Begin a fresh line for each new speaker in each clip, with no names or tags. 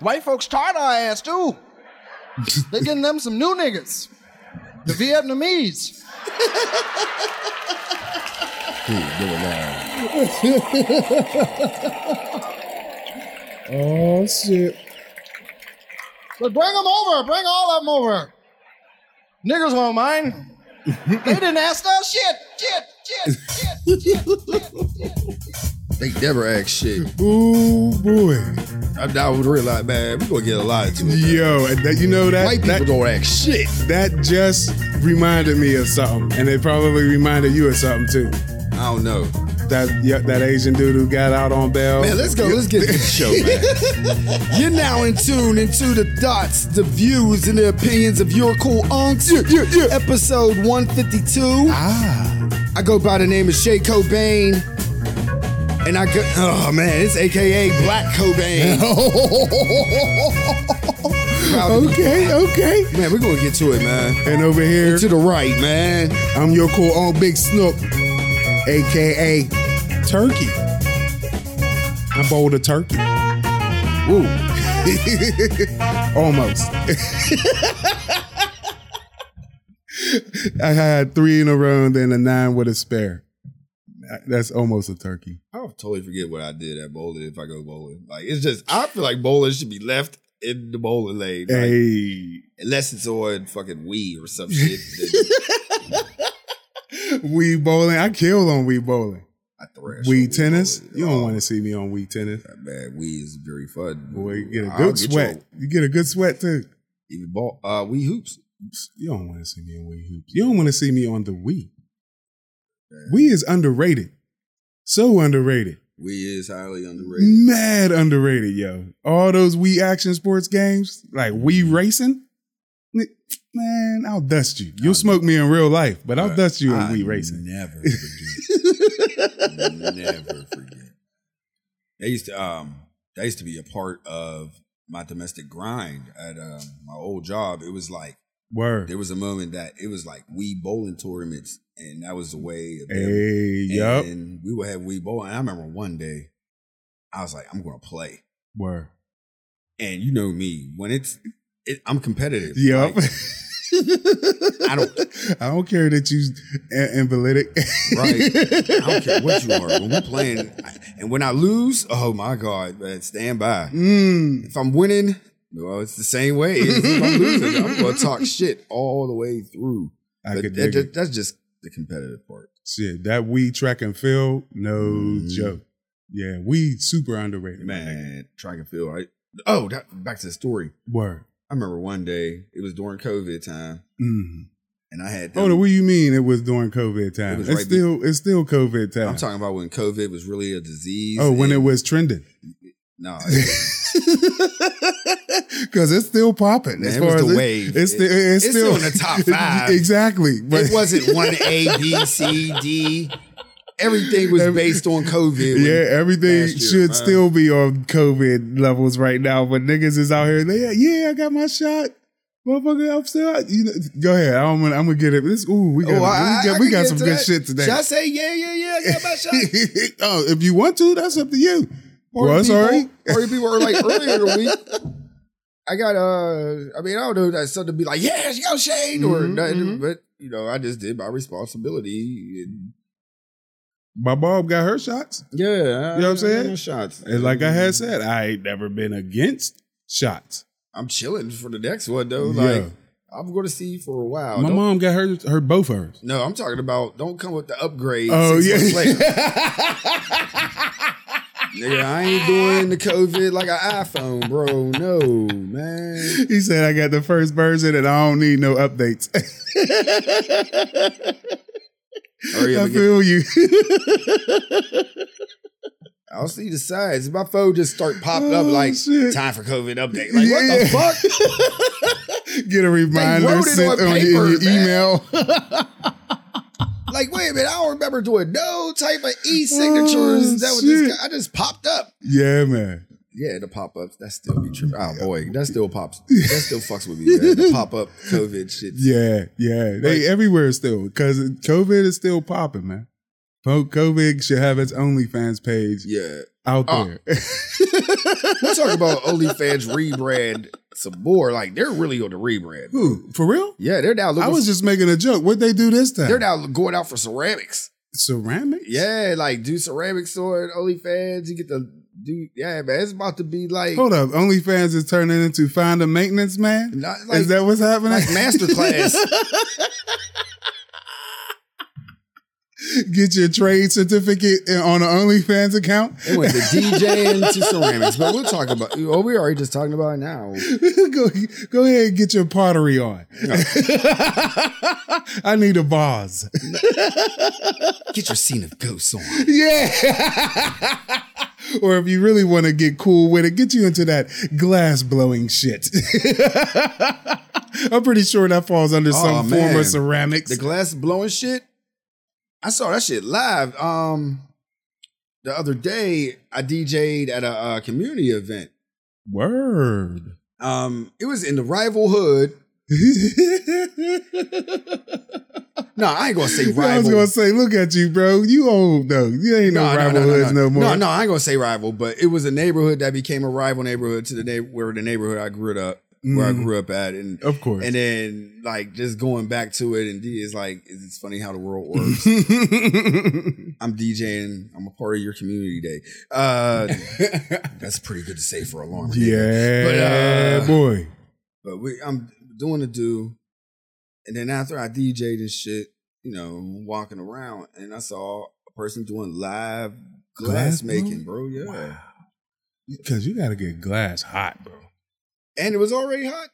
White folks tired of our ass too. they getting them some new niggas. The Vietnamese.
Oh shit.
But bring them over. Bring all of them over. Niggas won't mind. they didn't ask us shit. Shit, shit, shit, shit.
They never ask shit.
Ooh boy.
I, I would realize, man, we're gonna get a lot to it.
Yo, and that, you know that
White people
that,
don't ask shit.
that just reminded me of something, and it probably reminded you of something too.
I don't know.
That yeah, that Asian dude who got out on bail.
Man, let's go. Let's get to the show, man. You're now in tune into the thoughts, the views, and the opinions of your cool unks. Episode 152. Ah. I go by the name of Shay Cobain. And I go, oh man, it's AKA Black Cobain. Proud to be-
okay, okay.
Man, we're gonna get to it, man.
And over here,
To the right, man.
I'm your cool old Big Snook, aka Turkey. I bowled a turkey.
Ooh.
Almost. I had three in a row and then a nine with a spare. That's almost a turkey.
I'll totally forget what I did at bowling if I go bowling. Like it's just I feel like bowling should be left in the bowling lane. Like,
Hey.
Unless it's on fucking weed or some shit. then
Weed bowling. I killed on weed bowling.
I thrash.
Weed tennis. You don't want
to.
to see me on weed tennis.
Oh, Man, weed is very fun.
Boy, you get a
I'll
good
get you
sweat. You, get a good sweat too.
Even ball, uh, weed hoops.
You don't want to see me on Wii Hoops. You don't want to see me on the Wii. Wii is underrated. So underrated.
Weed is highly underrated.
Mad underrated, yo. All those Wii action sports games, like
Mm-hmm.
Wii racing. ni- Man, I'll dust you. You'll smoke me in real life, but I'll dust you in
I
Wii racing.
Never forget. never forget. They used to um that used to be a part of my domestic grind at um, my old job. It was like
Word.
there was a moment that it was like weed bowling tournaments, and that was the way of them
Hey, yup.
And we would have Wii Bowl. And I remember one day, I was like, I'm going to play.
Word.
And you know me, when it's, it, I'm competitive.
Yup.
Like, I don't,
I don't care that you in- invalidic.
right? I don't care what you are. When we're playing, I- and when I lose, oh my God, man, stand by.
Mm.
If I'm winning, well, it's the same way. If I'm losing, I'm going to talk shit all the way through.
I
but
could
that,
dig it.
that, that's just the competitive part.
Shit, that weed track and field, no
Mhm.
joke. Yeah, weed super underrated. my nigga.
Man, track and field, right? Oh, that, back to the story.
Word.
I remember one day, it was during COVID time,
Mm.
and I had
Oh,
them-
what do you mean it was during COVID time?
It was
it's
right be-
still it's still COVID time.
I'm talking about when COVID was really a disease.
oh, when it
and-
was trending.
no, it,
Cause it's still popping.
Man,
as
it was
far
the
as
wave.
It's, still, it's,
It's still in the top five.
exactly. But
it wasn't one A B C D. Everything was based on COVID. when-
yeah, everything
last year,
should
man.
still be on COVID levels right now. But niggas is out here. They, yeah, I got my shot. Motherfucker, I'm still out. You know, go ahead. I'm gonna, I'm gonna get it. This, ooh, we got,
Oh, I- I-
we got,
I
we
can
got
get
some
to
good
that.
shit today.
Should I say yeah, yeah, yeah? I got my shot.
oh, if you want to, that's up to you.
Party
Well,
people,
sorry.
Party people were like earlier in the week. I got uh, I mean, I don't know that something to be like, yeah, yo, Shane, or
Mhm,
nothing,
mhm.
but you know, I just did my responsibility. And,
My Bob got her shots.
yeah, you know
what I'm saying?
Shots.
And like I had said, I ain't never been against shots.
I'm chilling for the next one though.
Yeah.
Like I'm going to see you for a while.
my
Oh, Don't-
mom got her, her both hers.
No, I'm talking about don't come with the upgrade.
Oh
Oh yeah,
yeah.
nigga, I ain't doing the COVID like an iPhone, bro. No, man.
He said, I got the first version and I don't need no updates.
Hurry up
I
and get,
feel you.
I'll see the sides. My phone just start popping up
Oh,
like
shit.
time for COVID update. Like what
Yeah.
the fuck?
Get a reminder
wrote it
sent
on
on your- in your
paper, man.
email.
Like wait a minute, I don't remember doing no type of e signatures.
Oh,
that was
shit.
this guy. I just popped up.
yeah, man.
Yeah, the pop ups. That still be tripping. Oh boy, that still pops. That still fucks with me. Man. The pop up COVID shit.
Yeah, yeah. They
Like-
everywhere still because COVID is still popping, man. Kovic should have its OnlyFans page
Yeah.
out
Oh.
there.
We talk about OnlyFans rebrand some more. Like they're really on the rebrand.
Who? For real?
Yeah, they're now looking.
I was just making a joke. What'd they do this time?
they're now going out for ceramics.
ceramics?
Yeah, like do ceramics on OnlyFans. You get to do. Yeah, man, it's about to be like
Hold up. OnlyFans is turning into find a maintenance man?
not like,
is that what's happening?
like masterclass.
Get your trade certificate in- on an OnlyFans account.
They went to DJing to ceramics, but we'll talk about. Oh, we already just talking about it now.
go, go ahead and get your pottery on. I need a vase.
Get your scene of ghosts on.
Yeah. or if you really want to get cool with it, get you into that glass blowing shit. I'm pretty sure that falls under
Aw,
some form
Oh, man.
of ceramics.
The glass blowing shit. I saw that shit live. Um, the other day I DJ'd at a, uh community event.
Word.
Um, it was in the rival hood. No, I ain't gonna say rival.
I was gonna say, look at you, bro. You old though. You ain't no, rivalhoods no, more.
No, no, I ain't gonna say rival, but it was a neighborhood that became a rival neighborhood to the na- where the neighborhood I grew up, where I
Mm.
grew up at, and
Of course.
and then like just going back to it, and D is like, it's funny how the world works. I'm DJing. I'm a part of your community day. Uh, that's pretty good to say for a long time.
yeah,
But, uh,
boy.
But we, I'm doing a do. And then after I DJ'd and shit, you know, walking around and I saw a person doing live glass,
Glass
making,
blowing?
bro. Yeah.
Because you gotta get glass hot, bro.
And it was already hot,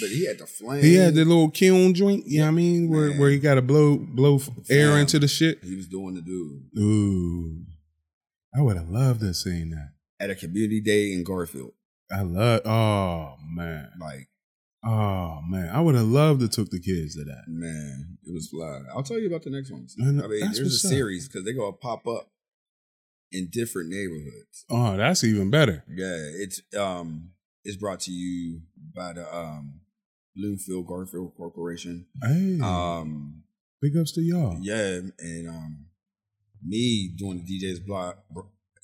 but he had the flame.
He had the little kiln joint, you know what I mean? Where
Man.
where he gotta blow blow f- air
Fam.
into the shit.
He was doing the do
Ooh. I would have loved to have seen that.
at a community day in Garfield.
I love oh man.
Like,
Oh man. I would have loved to took the kids to that.
man, it was fly. I'll tell you about the next ones. I
Man,
mean,
that's
there's
what's
a
up.
series because they're gonna pop up in different neighborhoods.
Oh, that's even better.
Yeah, it's um it's brought to you by the um Bloomfield Garfield Corporation.
Hey.
Um
big ups to y'all.
yeah, and um me doing the DJ's blog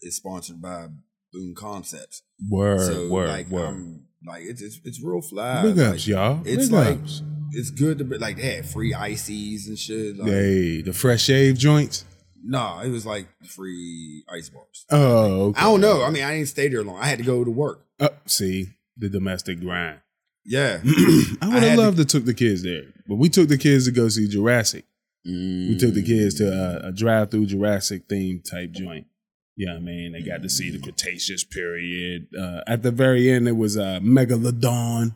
is sponsored by Boom Concepts.
Word,
so
word,
like
word.
um like it's it's, it's real fly.
big
like,
ups, y'all.
it's
big
like-
ups.
It's good to be like they had free ices and shit. Like,
Hey, the fresh shave joints.
Nah, it was like free ice bars.
Oh, okay.
I don't know. I mean, I didn't stay there long. I had to go to work.
Uh, see the domestic grind.
Yeah.
I would
had
have
to-
loved to took the kids there, but we took the kids to go see Jurassic.
Mm.
We took the kids to a, a drive through Jurassic theme type joint. Yeah, I mean, they got to see the Cretaceous period. Uh, at the very end, it was uh, Megalodon.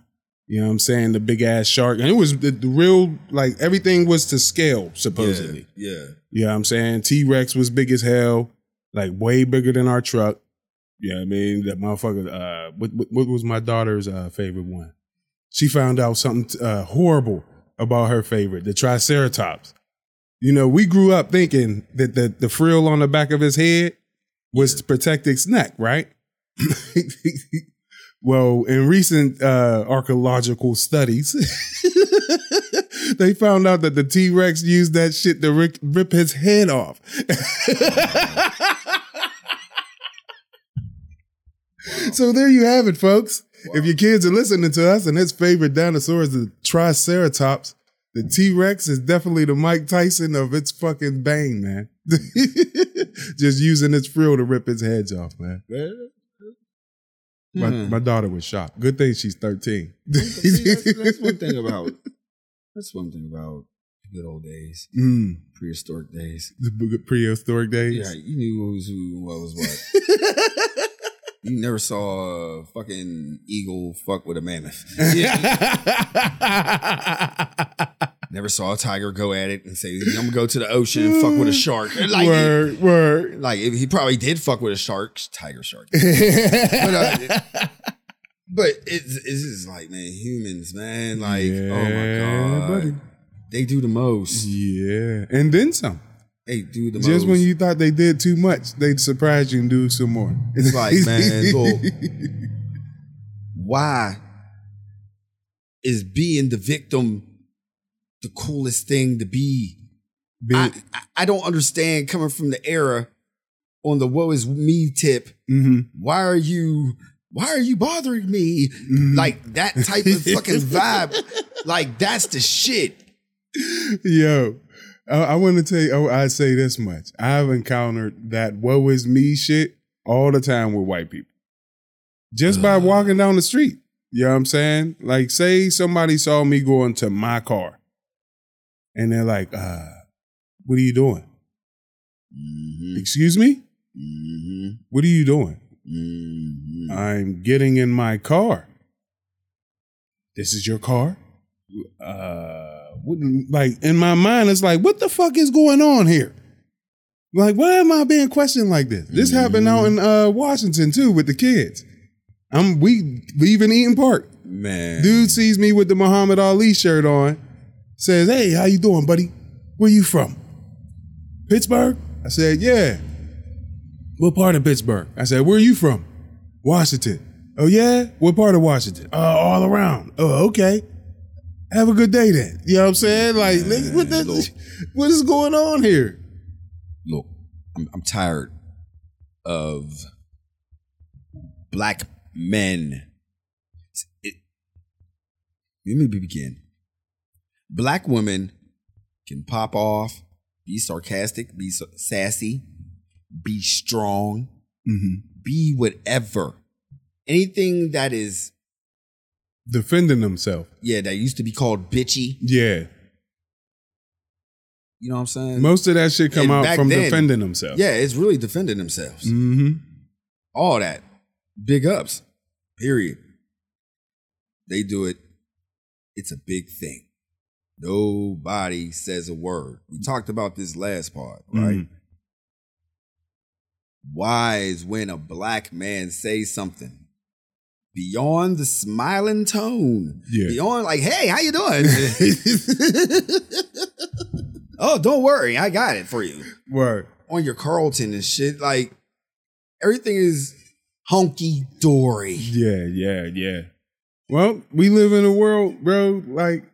You know what I'm saying? The big ass shark. And it was the, the real, like, everything was to scale, supposedly.
Yeah. yeah.
You know what I'm saying? T Rex was big as hell, like way bigger than our truck. Yeah, I mean? That motherfucker, uh, what, what, what was my daughter's uh, favorite one? She found out something uh, horrible about her favorite, the Triceratops. You know, we grew up thinking that the, the frill on the back of his head was to protect its neck, right? well, in recent uh, archaeological studies, they found out that the T Rex used that shit to rip, rip his head off. So there you have it, folks. If your kids are listening to us and his favorite dinosaur is the Triceratops, the T Rex is definitely the Mike Tyson of its fucking bane, man. Just using its frill to rip its heads off, man. My,
Hmm.
my daughter was shocked. Good thing she's 13.
See, that's, that's one thing about that's one thing about good old days,
Mm,
prehistoric days.
the b- prehistoric days.
Yeah, you knew what was who, and what was what. you never saw a fucking eagle fuck with a mammoth. never saw a tiger go at it and say, "I'm gonna go to the ocean and fuck with a shark." Like,
word, word.
like if he probably did fuck with a shark, tiger shark. but uh, it- but it's, it's just like man, humans, man, like oh my
Yeah,
god,
buddy.
they do the most.
yeah. And then some.
They do the most.
Just when you thought they did too much, they surprised you and do some more.
It's like, man, look. why is being the victim the coolest thing to be?
Big,
I, I- I don't understand coming from the era on the woe is me tip.
mhm,
Why are you why are you bothering me?
mhm.
Like that type of fucking vibe. Like that's the shit.
Yo, I, I want to tell you, oh, I say this much. I've encountered that woe is me shit all the time with white people. Just by walking down the street. You know what I'm saying? Like, say somebody saw me going to my car and they're like, uh, what are you doing? Excuse me? What are you doing? I'm getting in my car. This is your car? Uh, what- like in my mind, it's like, what the fuck is going on here? Like, why am I being questioned like this? This happened out in uh, Washington too with the kids. I'm we leaving Eaton Park.
Man.
Dude sees me with the Muhammad Ali shirt on, says, "Hey, how you doing, buddy? Where you from? Pittsburgh?" I said, "Yeah." What part of Pittsburgh? I said, "Where are you from?" Washington. Oh yeah, what part of Washington? Uh, all around. Oh okay. Have a good day then. You know what I'm saying? Like, nigga, what the, what is going on here?
look, I'm, I'm tired of black men. It, let me begin. Black women can pop off, be sarcastic, be sa- sassy, be strong, Mm-hmm. be whatever. Anything that is,
Defending themselves.
yeah, that used to be called bitchy.
Yeah,
You know what I'm saying?
most of that shit come
And
out
back
from
then-
defending themselves.
yeah, it's really defending themselves.
hmm
all that. Big ups. Period. They do it. It's a big thing. Nobody says a word. We talked about this last part, right? Why is when a black man says something beyond the smiling tone,
Yeah.
beyond like, "Hey, how you doing?" oh, don't worry, I got it for you
Word.
on your Carlton and shit. Like everything is hunky dory.
Yeah, yeah, yeah. Well, we live in a world, bro, like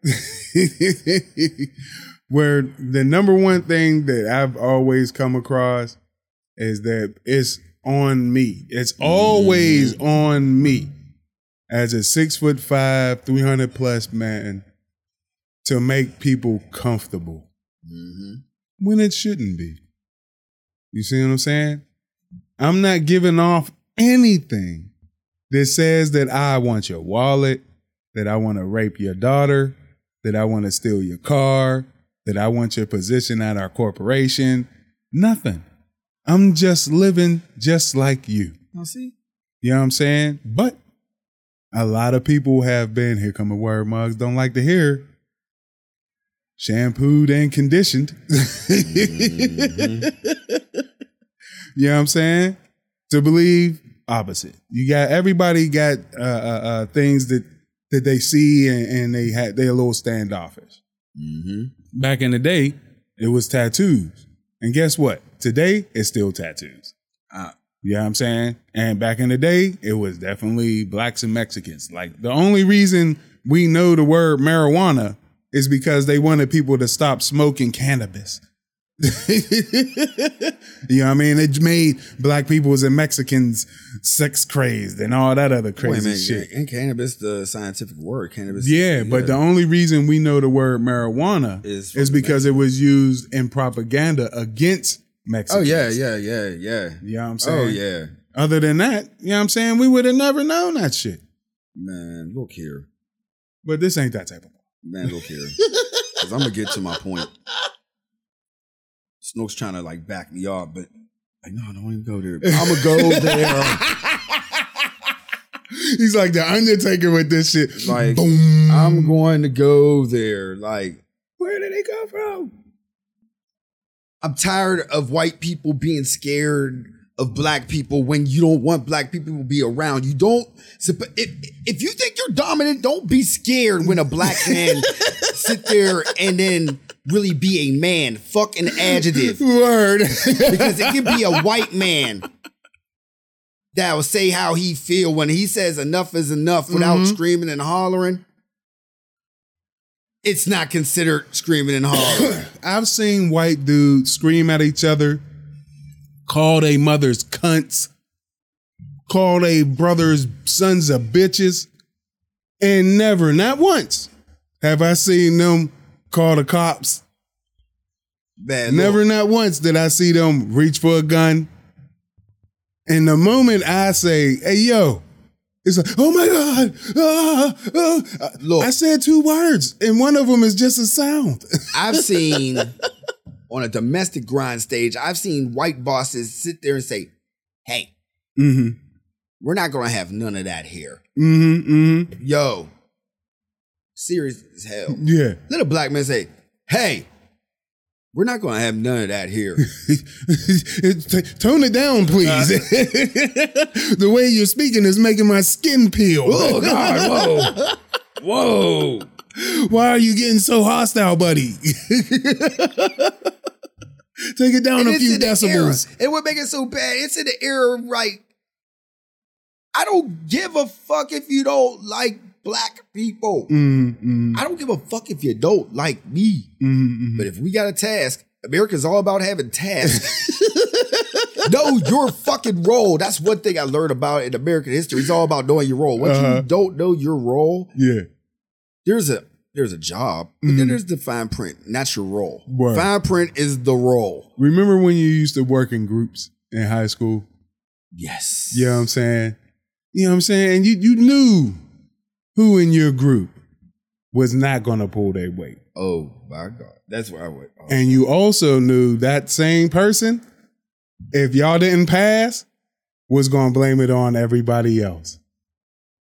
where the number one thing that I've always come across is that it's on me. It's always on me as a six foot five, 300 plus man to make people comfortable when it shouldn't be. You see what I'm saying? I'm not giving off anything that says that I want your wallet, that I want to rape your daughter, that I want to steal your car, that I want your position at our corporation. Nothing. I'm just living just like you.
Now see,
You know what I'm saying? But a lot of people have been, here come a word mugs, don't like to hear shampooed and conditioned. You know what I'm saying? To believe opposite. You got everybody got uh, uh, uh, things that that they see and, and they had they a little standoffish. Back in the day, it was tattoos, and guess what? Today, it's still tattoos.
Ah.
You know what I'm saying? And back in the day, it was definitely blacks and Mexicans. Like the only reason we know the word marijuana is because they wanted people to stop smoking cannabis. you know what I mean? It made black peoples and Mexicans sex crazed and all that other
wait a
crazy
minute.
shit.
And cannabis, the scientific word, cannabis.
Yeah, but the only reason we know the word marijuana
Is
is,
from the
because it was used in propaganda against
oh
Mexicans.
yeah, yeah, yeah, yeah.
You know what I'm
Oh
saying?
yeah,
Other than that, you know what I'm saying? We would have never known that shit.
man. Look here,
But this ain't that type of
man. Look here. Because I'm gonna get to my point. Snook's trying to like back me off, but like, no, don't even go there. I'm gonna go there.
He's like the Undertaker with this shit.
Like,
boom.
I'm going to go there. Like,
Where did they come from?
I'm tired of white people being scared of black people when you don't want black people to be around. You don't. supp- If, if you think you're dominant, don't be scared when a black man sit there and then really be a man. Fuck an adjective
Word.
because it can be a white man that will say how he
Mm-hmm.
feel when he says enough is enough without screaming and hollering. it's not considered screaming and hollering.
I've seen white dudes scream at each other, call their mothers cunts, call their brothers sons of bitches, and never, not once, have I seen them call the cops.
Bad.
Never,
look.
not once did I see them reach for a gun. And the moment I say, hey, yo, it's like, oh my God. ah, ah," I-
uh, Look.
I said two words, and one of them is just a sound.
I've seen on a domestic grind stage, I've seen white bosses sit there and say, hey,
mm
we're not going to have none of that here.
hmm. Mm hmm. Mm hmm.
Yo, serious as hell.
Yeah.
Let a black man say, hey, we're not going to have none of that here.
T- Tone it down, please. the way you're speaking is making my skin peel.
oh, God, whoa. Whoa.
Why are you getting so hostile, buddy? Take it down
And
a
it's
few
in the
decibels.
era- And what makes it so bad? It's in the era right. I don't give a fuck if you don't like black people.
Mm-hmm,
I don't give a fuck if you don't like me.
mm-hmm.
But if we got a task, America's all about having tasks. know your fucking role. That's one thing I learned about in American history. It's all about knowing your role. Once
Uh-huh.
you don't know your role,
Yeah.
there's a there's a job, but then there's the fine print, and that's your role.
Mm-hmm. Right.
Fine print is the role.
Remember when you used to work in groups in high school?
Yes.
You know what I'm saying? You know what I'm saying? You you knew who in your group was not gonna pull their weight.
Oh my god, that's where I went. Oh.
And you also knew that same person, if y'all didn't pass, was going to blame it on everybody else.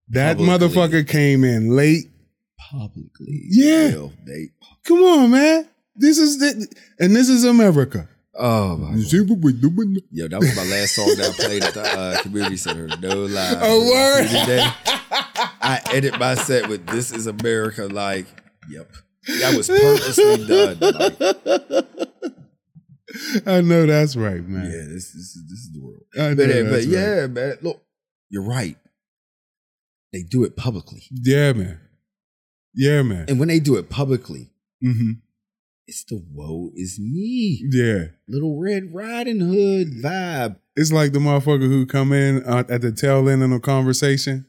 That
Publicly.
motherfucker came in late.
publicly,
Yeah.
Bill, they-
Come on, man. This is the, and this is America.
Oh my
You
god.
see what we doing?
Yo, that was my last song that I played at the uh, community center. No lie.
Oh, word.
Today, I edit my set with "This Is America." Like, yep, that was purposely done. Like, yeah,
I know that's right, man.
this, this is this is the world.
I know
But, uh, but
that's right.
yeah, man, look, you're right. They do it publicly,
yeah, man, yeah, man.
and when they do it publicly,
hmm
it's the "Woe is me,"
Yeah,
little Red Riding Hood vibe.
it's like the motherfucker who come in uh, at the tail end of a conversation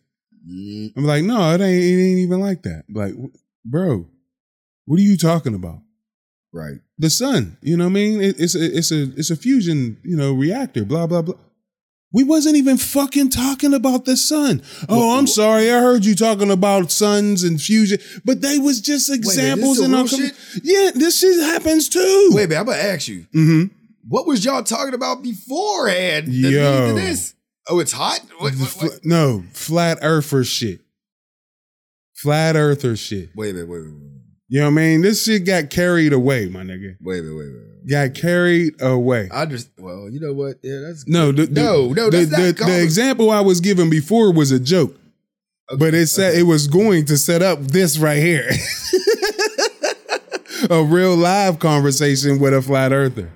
Mm,
I'm like, no, it ain't, it ain't even like that. Like, wh- bro, what are you talking about?
right.
The sun, you know what I mean? It, it's a, it's a, it's a fusion, you know, reactor. Blah blah blah. We wasn't even fucking talking about the sun. Oh,
Wha-
I'm
wha-
sorry, I heard you talking about suns and fusion, but they was just
this
examples
the
in our.
real shit?
Yeah, this shit happens too.
Wait, man, I'm gonna ask you.
hmm
what was y'all talking about beforehand? that lead
Yo.
to this? Oh, it's hot. What, what, what?
No, flat earther shit. Flat earther shit.
Wait a minute, wait a minute,
You know what I mean? This shit got carried away, my nigga.
wait a minute, wait a minute.
got carried away.
I just well, you know what? Yeah, that's
No, the, the-
No, no,
The,
that's not
the-
common.
the example I was given before was a joke, but it said it was going to set up this right here, a real live conversation with a flat earther.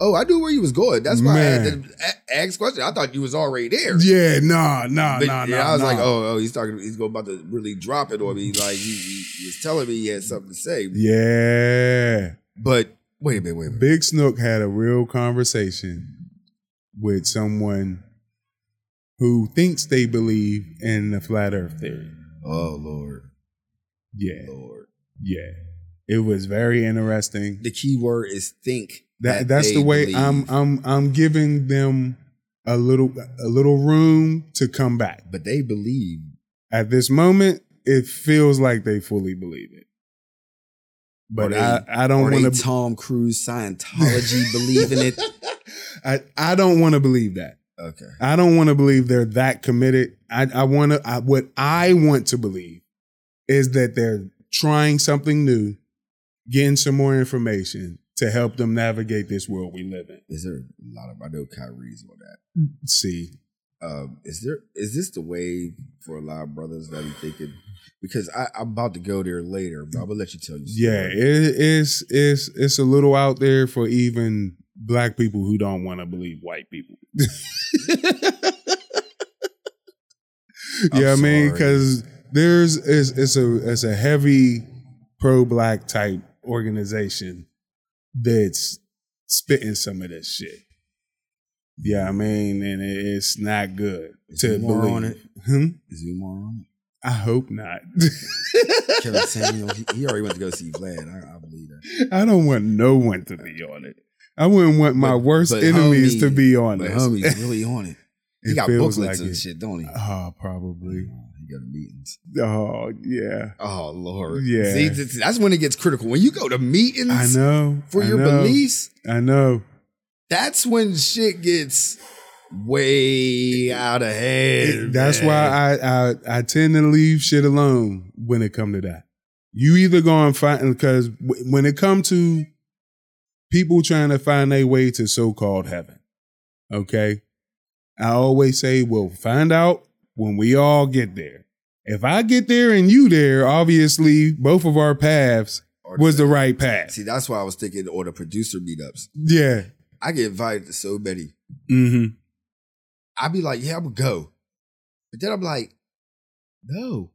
Oh, I knew where you was going. That's why I had
Man.
to a- ask question. I thought you was already there.
Yeah, nah, nah,
But,
nah,
yeah,
nah.
I was
nah.
like, oh, oh, he's talking. He's going about to really drop it on me. Like he, he he was telling me he had something to say.
yeah.
But wait a minute, wait a minute.
Big Snook had a real conversation with someone who thinks they believe in the flat Earth theory.
Oh Lord,
Yeah,
Lord.
yeah. It was very interesting.
The key word is think.
That, that's the
they
way
believe.
I'm I'm I'm giving them a little a little room to come back.
But they believe.
At this moment, it feels like they fully believe it. But
Or they-
I, I
Or
don't
they
want to
Tom Cruise Scientology believe in it.
I, I don't want to believe that.
Okay.
I don't want to believe they're that committed. I I want to I, what I want to believe is that they're trying something new, getting some more information to help them navigate this world we live in.
Is there a lot of I know Kyrie's on that.
See.
Um, is there is this the way for a lot of brothers that I'm thinking? Because I, I'm about to go there later, but I'm gonna let you tell you.
Yeah, it, it's it's it's a little out there for even black people who don't want to believe white people. yeah, I mean,
sorry.
because there's it's, it's a it's a heavy pro black type organization that's spitting some of this shit. Yeah, I mean, and it- it's not good
Is
to
there more
believe.
on it?
Hmm?
Is he more on
I hope not.
it? Kevin Samuel, he, he already went to go see Vlad. I, I believe that.
I don't want no one to be on it. I wouldn't want my
But-
worst
but
enemies
homie-
to be on
But
this.
homie's really on it. He
It
got
feels
booklets
like
and
it.
shit, don't he?
Oh, probably.
He got meetings.
Oh, yeah.
Oh Lord.
Yeah.
See, th- that's when it gets critical. When you go to meetings
I know.
for
I
your
know,
beliefs,
I know.
that's when shit gets way out of hand.
That's
man.
why I, I I tend to leave shit alone when it come to that. You either go and find because when it come to people trying to find their way to so called heaven, okay, I always say we'll find out when we all get there. If I get there and you there, obviously both of our paths
Or-
was the right path.
See, that's why I was thinking or the producer meetups.
Yeah.
I get invited to so many.
Mm-hmm.
I'd be like, yeah, I'm gonna go. But then I'm like, no.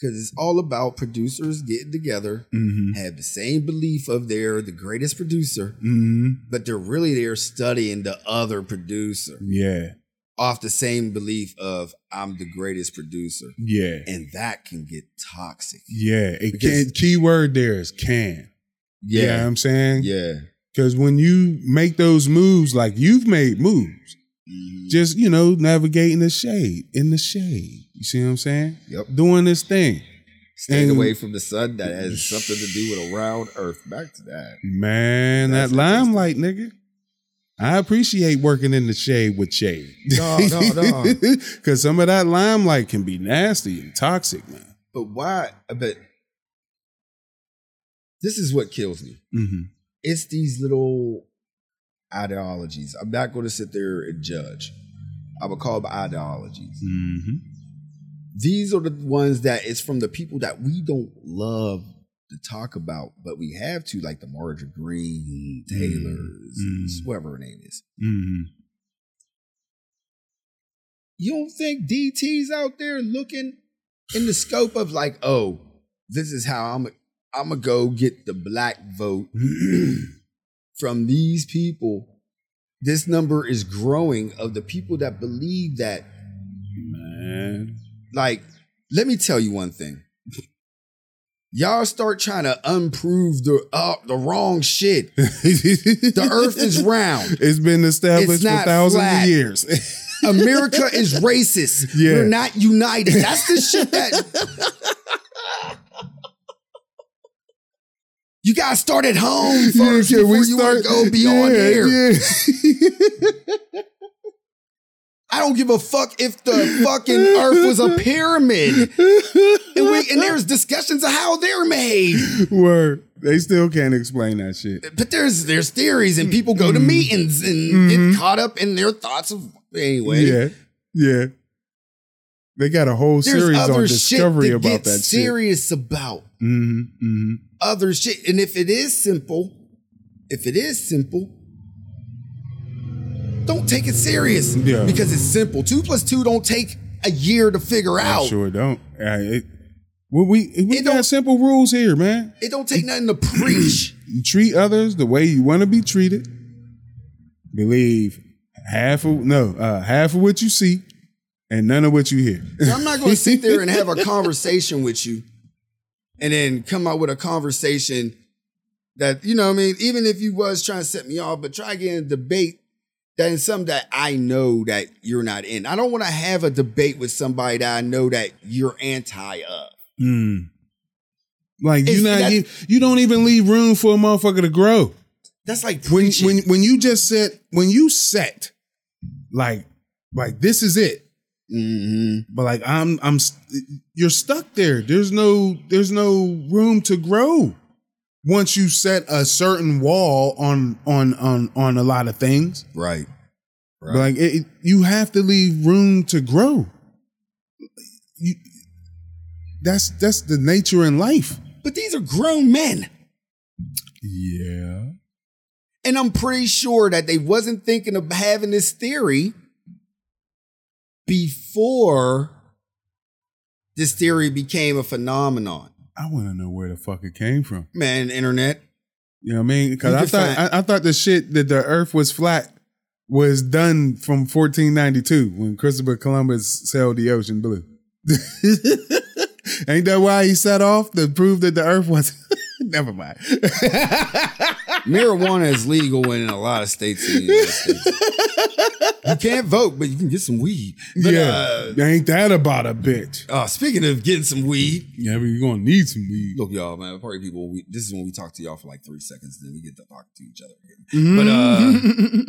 Cause it's all about producers getting together,
Mm-hmm.
have the same belief of they're the greatest producer,
Mm-hmm.
but they're really there studying the other producer
Yeah.
off the same belief of I'm the greatest producer.
Yeah.
And that can get toxic.
Yeah. It
Because-
can key word there is can. Yeah,
Yeah.
I'm saying?
Yeah.
Because when you make those moves, like you've made moves,
Mhm.
just, you know, navigating the shade, in the shade. You see what I'm saying?
Yep.
Doing this thing.
Staying
and-
away from the sun that has something to do with a round earth. Back to that.
Man,
That's
that limelight, nigga. I appreciate working in the shade with shade.
No, no, no.
Because some of that limelight can be nasty and toxic, man.
But why? But this is what kills me.
Mm-hmm.
It's these little ideologies. I'm not going to sit there and judge. I would call them ideologies.
Mm-hmm.
These are the ones that it's from the people that we don't love to talk about, but we have to, like the Marjorie Green, Taylors, and
Mm.
whoever her name is.
Mm-hmm.
You don't think DT's out there looking in the scope of like, oh, this is how I'm I'm gonna go get the black vote from these people. This number is growing of the people that believe that.
Man.
Like, let me tell you one thing. Y'all start trying to unprove the uh, the wrong shit. The
the
earth is round.
It's been established
It's
for
not
thousands
flat.
of years.
America is racist.
Yeah.
We're not united. That's the shit that. You gotta start at home first
Yeah, can
before you wanna go beyond
yeah,
here.
yeah.
I don't give a fuck if the fucking earth was a pyramid. And we and there's discussions of how they're made.
Word. They still can't explain that shit.
But there's there's theories and people go to
Mm-hmm.
meetings and get caught up in their thoughts of anyway.
Yeah. Yeah. They got a whole
There's
series on
other
Discovery
shit to
about
get
that
serious about.
shit. Mm-hmm, mm-hmm.
other shit. And if it is simple, if it is simple, don't take it serious
Yeah.
because it's simple. Two plus two don't take a year to figure
I
out.
sure don't. Uh, it, we we, we
It
got
don't-
simple rules here, man.
It don't take nothing to preach.
You treat others the way you want to be treated. Believe half of no, uh, half of what you see, and none of what you hear.
I'm not going to sit there and have a conversation with you and then come out with a conversation that, you know what I mean? Even if you was trying to set me off, but try getting a debate that is something that I know that you're not in. I don't want to have a debate with somebody that I know that you're anti of.
Mm. Like
It's-
you not
that-
you, you don't even leave room for a motherfucker to grow.
That's like
When
preaching.
when when you just set when you set like like this is it.
Mhm.
But like I'm I'm st- you're stuck there. There's no there's no room to grow. Once you set a certain wall on on on on a lot of things,
Right.
But, like it, it- you have to leave room to grow. You, that's that's the nature in life.
But these are grown men.
Yeah.
And I'm pretty sure that they wasn't thinking of having this theory before this theory became a phenomenon.
I want to know where the fuck it came from.
Man, internet.
You know what I mean? Because
You
I
can
thought
find-
I, I thought the shit that the Earth was flat was done from 1492 when Christopher Columbus sailed the ocean blue. Ain't that why he set off to prove that the Earth was? Never mind.
Marijuana is legal in a lot of states in the United States. You can't vote, but you can get some weed. But,
yeah, ain't that about a bitch?
Uh, uh, speaking of getting some weed,
Yeah, but you're gonna need some weed.
Look, y'all, man, party people. We, this is when we talk to y'all for like three seconds, then we get to talk to each other. Again. But uh,
Mm-hmm.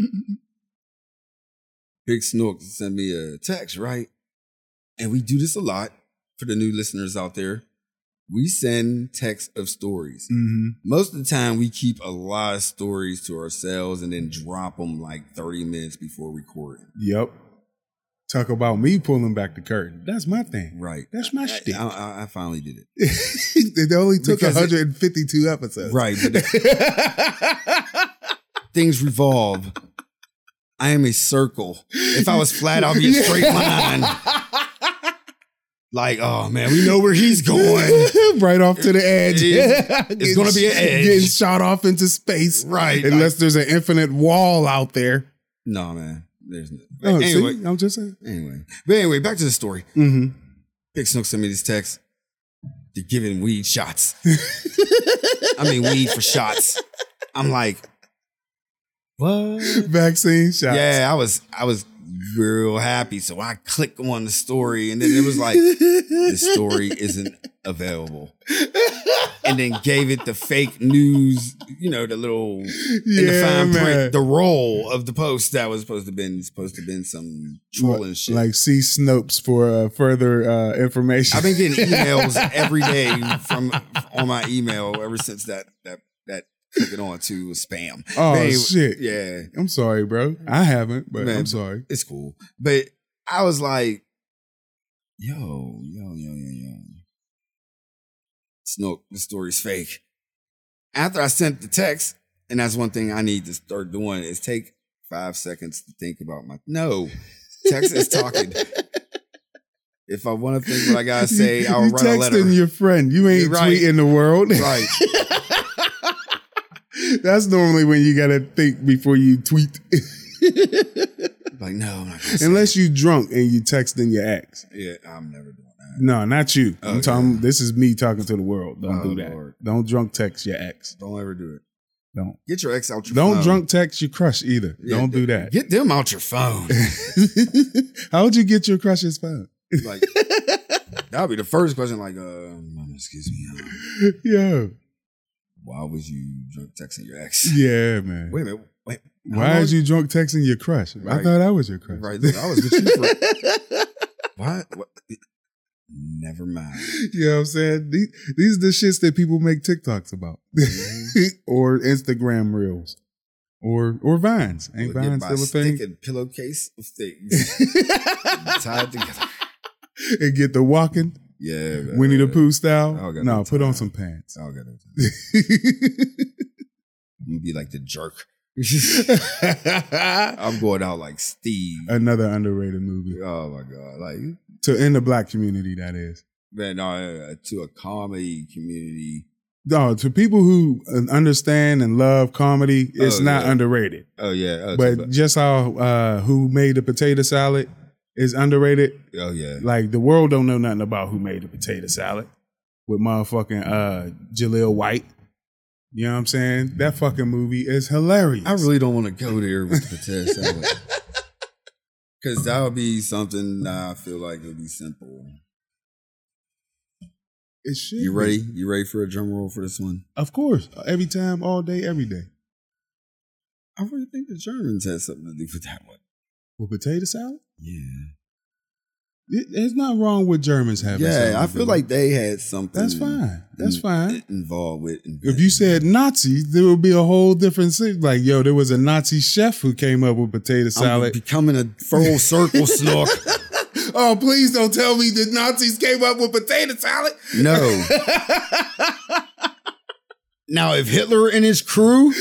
Big Snook sent me a text, right? And we do this a lot for the new listeners out there. We send texts of stories.
Mm-hmm.
Most of the time, we keep a lot of stories to ourselves and then drop them like thirty minutes before recording.
Yep. Talk about me pulling back the curtain. That's my thing.
Right.
That's my
I,
shit.
I, I finally did it.
it only took
Because it-
152 episodes.
Right. but things revolve. I am a circle. If I was flat, I'll be a straight line. Like, oh man, we know where he's going.
right off to the edge.
It's- it's gonna be an edge.
Getting shot off into space.
Right.
Unless there's an infinite wall out there.
No, man. There's no.
Oh, see?
anyway,
I'm just saying.
anyway. But anyway, back to the story.
Mm-hmm.
Big Snook sent me this text. They're giving weed shots. I mean, weed for shots. I'm like, what?
Vaccine shots.
Yeah, I was, I was real happy. So I click on the story, and then it was like, the story isn't available. And then gave it the fake news, you know, the little in the
yeah,
fine
man.
print, the role of the post that was supposed to been supposed to been some trolling shit.
Like see Snopes for uh, further uh, information.
I've been getting emails every day from on my email ever since that that that clicking on to was spam.
oh
But anyway,
shit!
Yeah,
I'm sorry, bro. I haven't, but
Man.
I'm sorry.
it's cool. But I was like, yo, yo, yo, yo, yo. Snook, the story's fake. After I sent the text, and that's one thing I need to start doing is take five seconds to think about my no. Text is talking. if I want to think what I gotta say,
you,
I'll
you
write a letter.
texting your friend. You ain't
You're right.
tweeting the world.
right.
That's normally when you gotta think before you tweet.
Like, no, I'm not gonna say
Unless you drunk and you texting your ex.
it. I'm never doing that.
No, not you.
Okay.
I'm talking. This is me talking to the world. Don't
Oh,
do that.
Lord.
Don't drunk text your ex.
Don't ever do it.
Don't.
Get your ex out your
Don't
phone.
drunk text your crush either.
Yeah,
Don't do that.
Get them out your phone.
How would you get your crush's phone?
like that would be the first question. Like, um, excuse me, um,
Yo.
why was you drunk texting your ex?
Yeah, man.
Wait a minute, wait. how
Why
long-
is you drunk texting your crush? I
Right.
thought I was your crush.
Right, look, I was with you for what? what? Never mind.
You know what I'm saying? These, these are the shits that people make TikToks about.
Mm-hmm.
or Instagram reels. Or or Vines. Ain't
We'll get
Vines
by
still a thing?
stick and pillowcase of things tied together.
and get the walking
Yeah, man.
Winnie the Pooh style.
I don't got
no,
no
put
time.
on some pants.
I'll get it. I'm gonna be like the jerk. I'm going out like Steve.
Another underrated movie
Oh my god! Like
to in the black community. That is.
man, uh, to a comedy community.
No, to people who uh, understand and love comedy, it's
Oh,
not
yeah.
underrated.
Oh yeah, oh,
but
to a-
just how uh, who made the potato salad is underrated.
oh yeah,
Like the world don't know nothing about who made the potato salad with motherfucking uh, Jaleel White. You know what I'm saying? That fucking movie is hilarious.
I really don't want to go there with the potato salad. Because that would be something that I feel like would be simple.
it should
You
be.
ready? You ready for a drum roll for this one?
Of course, every time, all day, every day.
I really think the Germans had something to do with that one.
With potato salad,
Yeah.
it, it's not wrong with Germans having.
Yeah,
something
I
to
feel
do.
like they had something.
that's fine. That's
Mm.
fine.
Involved with.
If you said Nazi, there would be a whole different thing. Like, yo, there was a Nazi chef who came up with potato
I'm
salad.
becoming a full circle snook.
oh, please don't tell me the Nazis came up with potato salad.
No. now, if Hitler and his crew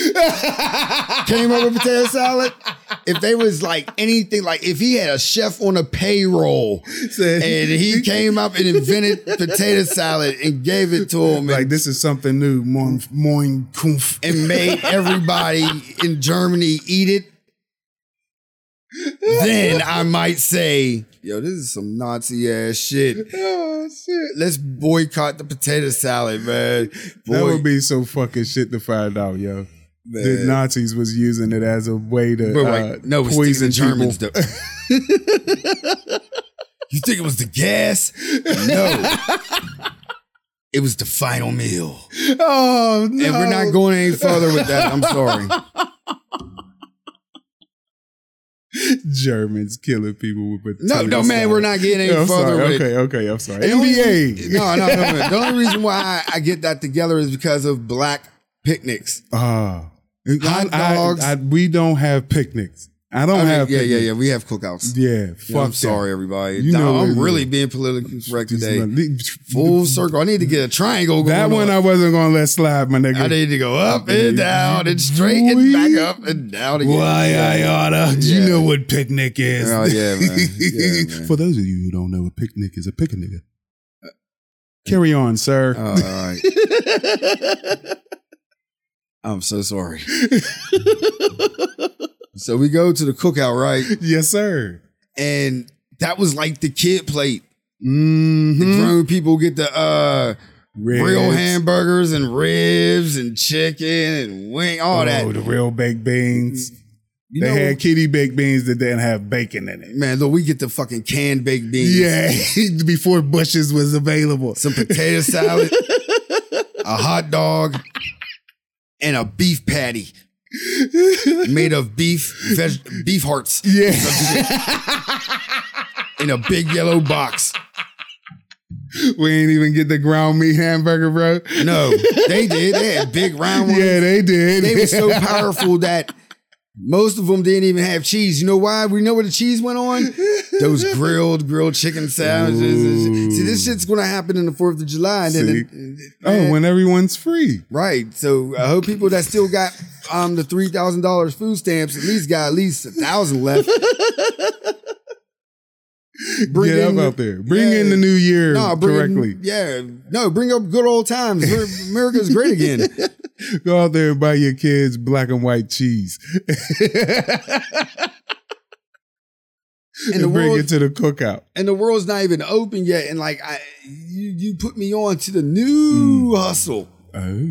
came up with potato salad, if they was like anything, like if he had a chef on a payroll
Said-
and he came up and invented potato salad and gave it to him
Like
and,
this is something new. Moin, moin, kumpf.
and made everybody in Germany eat it, then I might say, yo, this is some Nazi ass shit.
Oh shit!
Let's boycott the potato salad, man.
That
Boy-
would be so fucking shit to find out, yo. The
Man.
Nazis was using it as a way to
But
uh,
wait, no, it's
poison
poison
people.
Germans. Though. you think it was the gas? No. It was the final meal.
Oh no!
And we're not going any further with that. I'm sorry.
Germans killing people with
No,
potato
no, man,
salad.
we're not getting any
Yeah, I'm
further
sorry.
with it.
Okay, okay, I'm sorry.
The only-
NBA.
No, no, no, no. The only reason why I, I get that together is because of black picnics.
Ah,
Hot
I- I-
dogs.
I- we don't have picnics. I don't
I mean,
have.
yeah, yeah,
picnics.
yeah. We have cookouts.
yeah. Fuck.
I'm
that.
sorry, everybody.
You know
Nah,
where
I'm
you
really
live.
being politically correct
These
today.
mon-
Full circle. I need to get a triangle going.
That one I wasn't gonna let slide, my nigga.
I need to go up
Okay.
and down and straight and back up and down again.
Why I oughta? You
Yeah.
know what picnic is?
Oh, yeah, man. Yeah, man.
For those of you who don't know, a picnic is a pick a nigga.
Uh,
Carry on, sir.
Oh, all right. I'm so sorry.
So we go to the cookout, right?
yes, sir.
And that was like the kid plate. The
Mm-hmm.
grown people get the uh real hamburgers and ribs and chicken and wing, all
Oh,
that. Mm-hmm.
the real baked beans.
You
they
know,
had kitty baked beans that didn't have bacon in it.
man, look, we get the fucking canned baked beans.
Yeah, before Bushes was available.
Some potato salad, a hot dog, and a beef patty made of beef veg- beef hearts
Yeah,
in a big yellow box.
we ain't even get the ground meat hamburger, bro.
No, they did. They had big round ones.
Yeah, they did.
They were so powerful that most of them didn't even have cheese. You know why? We know where the cheese went on. Those grilled grilled chicken sandwiches. and shit. See, this shit's gonna happen in the Fourth of July. And then it-
oh, when everyone's free.
right. So I hope people that still got um the three thousand dollars food stamps at least got at least a thousand left. Bring
Get up
in-
out there. Bring
Yeah.
in the new year
No, bring
correctly.
yeah, no, bring up good old times. America's great again.
Go out there and buy your kids black and white cheese
And
and,
the
bring
world,
it to the cookout.
and the world's not even open yet. And like I, you, you put me on to the
Mm.
new hustle.
Oh,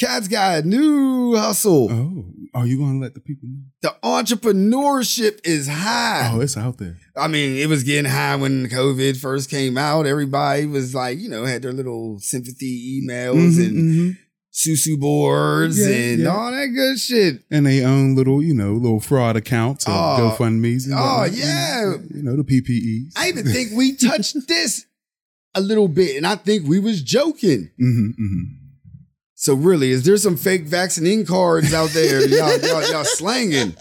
Cat's got a new hustle.
oh, are you gonna let the people know?
The entrepreneurship is high.
Oh, it's out there.
I mean, it was getting high when COVID first came out. Everybody was like, you know, had their little sympathy emails
Mhm,
and
mhm.
susu boards
Yeah,
and
yeah.
all that good shit.
And they own little, you know, little fraud accounts or
Oh.
GoFundMe's. And
Oh,
whatnot.
yeah.
you know the PPEs.
I even think we touched this a little bit, and I think we was joking.
Mhm, mhm.
So really, is there some fake vaccine cards out there? y'all, y'all, y'all slanging.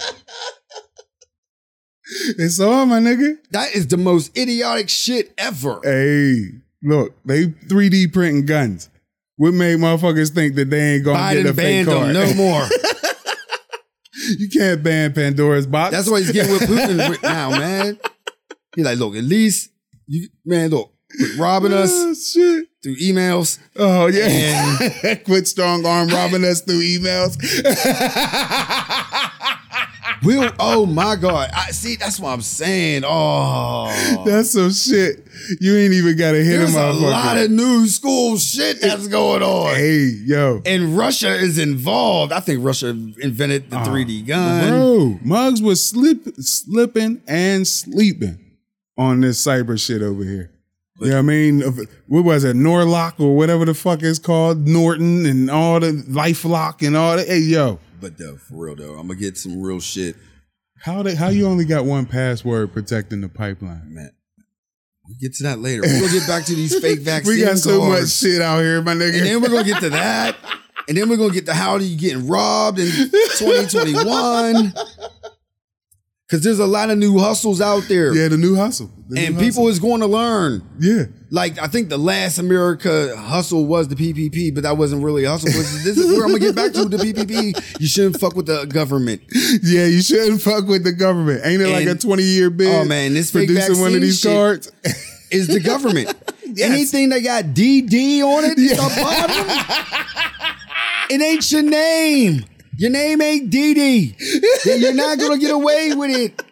It's on, my nigga.
That is the most idiotic shit ever.
Hey, look, they 3D printing guns. What made motherfuckers think that they ain't gonna get a
Biden
fake
banned
card?
them no more.
You can't ban Pandora's box.
That's why he's getting with Putin right now, man. He's like, look, at least you, man, look, quit robbing us
Oh, shit.
through emails.
Oh yeah. Quit strong arm robbing us through emails.
We'll, oh my God, I see. That's what I'm saying. Oh,
That's some shit. You ain't even gotta hit
there's
him,
a lot of new school shit that's going on,
Hey, yo.
and Russia is involved. I think Russia invented the 3D gun.
Bro, Muggs was slip, slipping and sleeping on this cyber shit over here. You know what I mean? Of- What was it? Norlock or whatever the fuck it's called. Norton and all the LifeLock and all that. Hey, yo.
But though, for real though, I'm gonna get some real shit.
How the, how you only got one password protecting the pipeline?
Man, we'll get to that later.
We'll get back to these fake vaccine
We got so much
cards.
shit out here, my nigga.
and then we're gonna get to that, and then we're gonna get to how do you getting robbed in 2021.
Cause there's a lot of new hustles out there.
Yeah, the new hustle. The
and
new
people is going to learn.
hustle. yeah.
Like I think the last America hustle was the PPP, but that wasn't really a hustle. This is- this is where I'm gonna get back to the PPP. You shouldn't fuck with the government.
Yeah, you shouldn't fuck with the government. Ain't it like a
And-
20 year bid?
Oh, man, this fake
producing one of
vaccine
these
shit.
cards.
Is the government
Yes.
anything that got DD on it? It's a bottom. it ain't your name. Your name ain't DD. Then You're not gonna get away with it.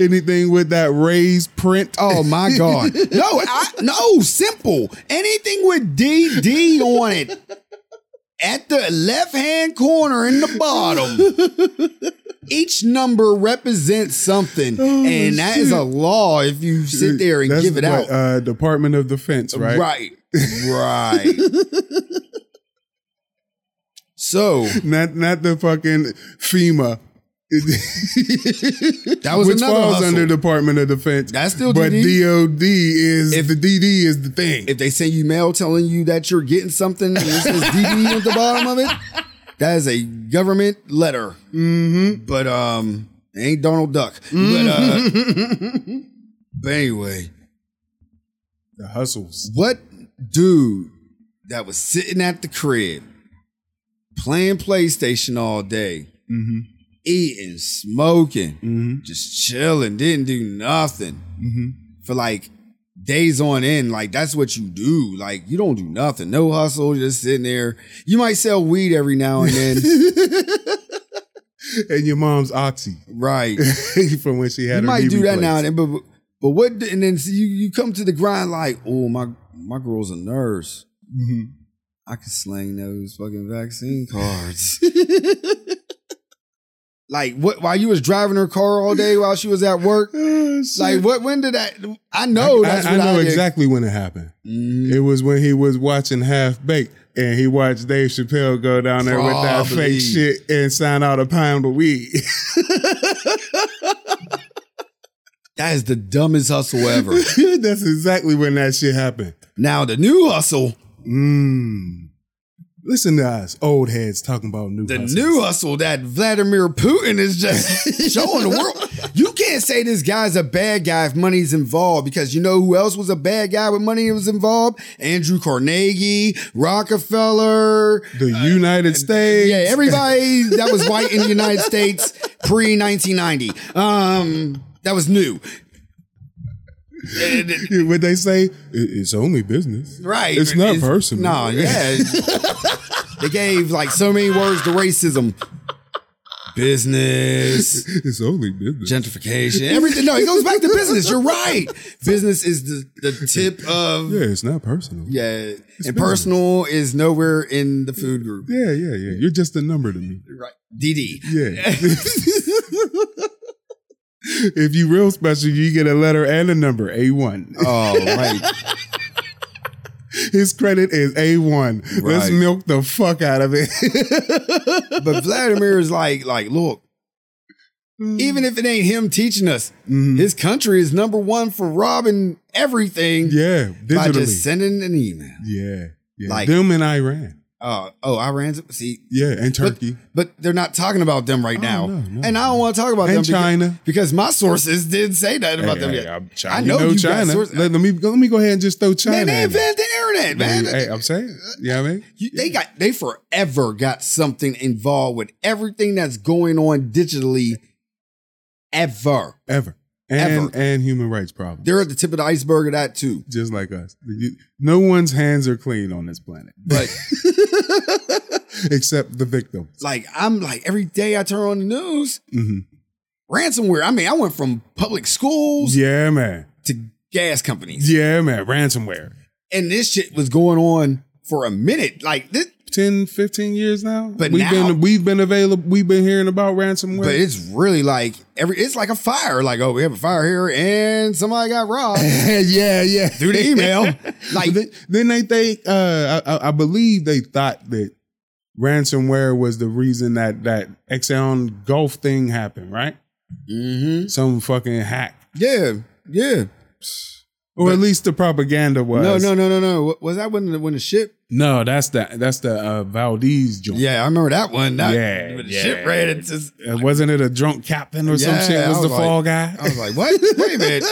Anything with that raised print.
Oh my God. No, I, no, simple. Anything with DD on it at the left hand corner in the bottom. Each number represents something,
Oh,
and that is a law if you sit there and
That's
give it out.
what, Uh, Department of Defense, right?
right. Right. so
Not not the fucking FEMA.
that was
Which
another
falls
hustle.
under Department of Defense.
That's still
But
DD.
DOD is
If-
the DD is the thing.
if they send you mail telling you that you're getting something and it says DD at the bottom of it, that is a government letter. Mm-hmm. But um, it ain't Donald Duck. But, uh, but anyway,
the hustles.
what dude that was sitting at the crib playing PlayStation all day,
Mm-hmm.
eating, smoking, just chilling, didn't do nothing
Mm-hmm.
for like days on end. Like that's what you do. Like you don't do nothing, no hustle, just sitting there. You might sell weed every now and then,
And your mom's Oxy
right?
from when she had
You
her knee
might do that now
replaced.
and then, but but what? And then see, you you come to the grind like, oh my my girl's a nurse.
Mm-hmm.
I can slang those fucking vaccine cards. like what? While you was driving her car all day while she was at work.
Oh, shit.
Like what? When did that? I Mm-hmm. know.
I,
that's
I
what
know
did.
exactly when it happened. It was when he was watching Half Baked and he watched Dave Chappelle go down there with that
Probably.
fake shit and sign out a pound of weed.
That is the dumbest hustle ever.
That's exactly when that shit happened.
now the new hustle,
Mm. Listen to us, old heads, talking about new.
the
hustles.
new hustle that Vladimir Putin is just showing the world. You can't say this guy's a bad guy if money's involved because you know who else was a bad guy when money was involved? Andrew Carnegie, Rockefeller.
the United States.
Yeah, everybody that was white in the United States pre 1990. Um, that was new. And-
What they say? "I- It's only business.
Right.
It's not personal.
No, yeah. they gave like so many words to racism. Business,
It's only business.
gentrification, everything. No, it goes back to business. You're right. Business is the, the tip of
yeah, it's not personal.
yeah. and personal is nowhere in the food group.
Yeah, yeah, yeah. You're just a number to me.
Right. DD.
Yeah. if you real special, you get a letter and a number, A1.
Oh, right.
His credit is A1. Let's
Right.
milk the fuck out of it.
But Vladimir is like, like, look,
Mm.
even if it ain't him teaching us, his country is number one for robbing everything.
yeah,
by
digitally.
just sending an email.
yeah. Yeah.
Like-
them and Iran.
Uh, oh, Iran's see,
Yeah, and Turkey.
but they're not talking about them right now,
Oh, no, no.
and I don't want to talk about
And
them beca-
China.
because, my sources didn't say that about them yet. I know
you know
you got
China.
sources-
Let, let me let me go ahead and just throw China.
man, they
at it.
invented the internet, man.
Hey, I'm saying. Yeah, I mean?
You- they got they forever got something involved with everything that's going on digitally. Ever,
Ever. And
Ever.
and human rights problems.
they're at the tip of the iceberg of that too.
just like us. You- no one's hands are clean on this planet
But
except the victim.
like, I'm like every day I turn on the news,
hmm
ransomware. I mean, I went from public schools
Yeah, man.
to gas companies,
Yeah, man. Ransomware.
and this shit was going on for a minute. Like this,
10, 15 years now.
But
we've
now-
been we've been available. We've been hearing about ransomware.
But it's really like every it's like a fire. Like, oh, we have a fire here and somebody got robbed
yeah, yeah.
through the email. Like
Then, then they think uh, I, I- I believe they thought that ransomware was the reason that that Exxon Gulf thing happened, right?
mhm.
Some fucking hack.
Yeah. Yeah.
or at least the propaganda was.
No, no, no, no, no. Wa- Was that when the, when the ship?
no. That's the that's the uh, Valdez joint.
Yeah, I remember that one. That,
Yeah,
when the
yeah.
shit ran. It's just,
Uh, wasn't it a drunk captain or some
Yeah,
shit?
I
was,
was
the
like-
fall guy?
I was like, what? Wait a minute.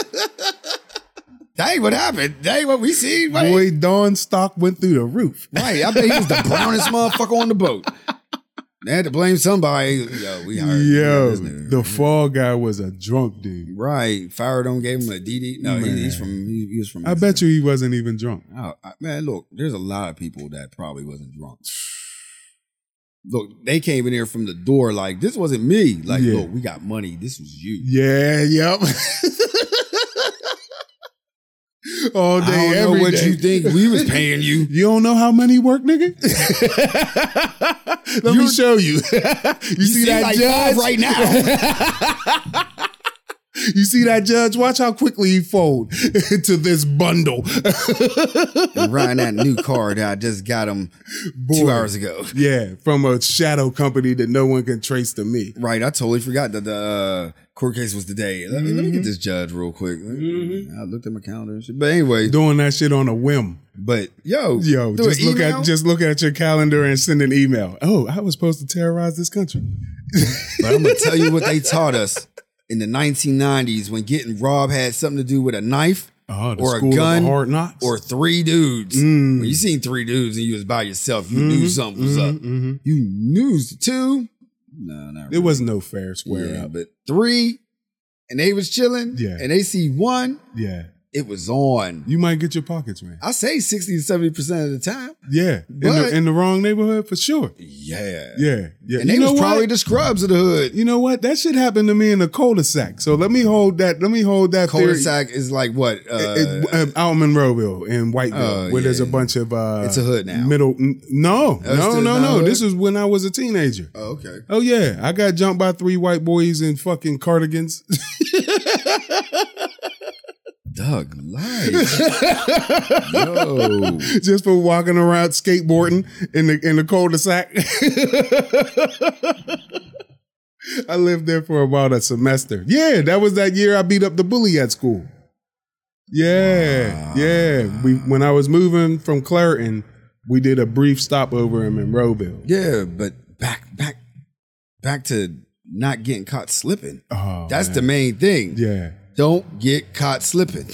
That ain't what happened. That ain't what we see. Wait.
Boy, Don Stock went through the roof.
Right. I bet he was the brownest motherfucker on the boat. They had to blame somebody. Yo, we hired
Yo,
this nigga.
the fall guy was a drunk dude.
Right. Fire don't gave him a DD. No, he, he's from he, he was from
I bet you he wasn't even drunk.
Oh, I- man, look, there's a lot of people that probably wasn't drunk. Look, they came in here from the door like this wasn't me. Like,
Yeah.
look, we got money. This was you.
Yeah, yep. All day,
I don't know
every
what
day.
you think we was paying you.
You don't know how money work, nigga. Let me
You're-
show you. you, see
seem
that
like
judge
five right
now? you see that judge? Watch how quickly he fold into this bundle.
And riding that new car that I just got him two
Boy.
hours ago.
yeah, from a shadow company that no one can trace to me.
Right, I totally forgot that the uh, court case was today. Let me, let me
Mm-hmm.
get this judge real quick. I looked at my calendar and shit. But anyway,
Doing that shit on a whim.
but yo,
Yo,
do an
just look
email?
at just look at your calendar and send an email. Oh, I was supposed to terrorize this country.
But I'm gonna tell you what they taught us in the 1990s when getting robbed had something to do with a knife
Oh, the
Or a
school
gun
of the hard knocks.
or three dudes.
Mm.
When you seen three dudes and you was by yourself,
Mm-hmm,
you knew something was up. You knew two. No, not
it
really.
was no fair square
yeah,
up.
but three, and they was chilling.
Yeah.
and they see one.
Yeah.
It was on.
You might get your pockets ran.
I say 60 to 70 percent of the time.
Yeah, in the,
But-
in the wrong neighborhood for sure.
Yeah.
Yeah, yeah.
And
you
they
know
was probably
what?
the scrubs of the hood.
you know what? That shit happened to me in the cul-de-sac. So let me hold that. Let me hold that. Theory.
Cul-de-sac is like what? Uh,
It- it- um, out in Monroeville and Whiteville,
Oh,
where there's a
yeah.
bunch of uh,
It's a hood now.
Middle, n-
Oh,
no,
it's
no,
still not
no,
a
no.
hood?
This is when I was a teenager.
oh, okay.
Oh yeah, I got jumped by three white boys in fucking cardigans.
Doug Life. Yo.
just for walking around skateboarding in the in the cul-de-sac. I lived there for about a semester. Yeah, that was that year I beat up the bully at school. Yeah, yeah. We when I was moving from Clareton, we did a brief stopover in Monroeville.
Yeah, but back back back to not getting caught slipping.
Oh,
That's the main thing.
yeah,
Don't get caught slipping.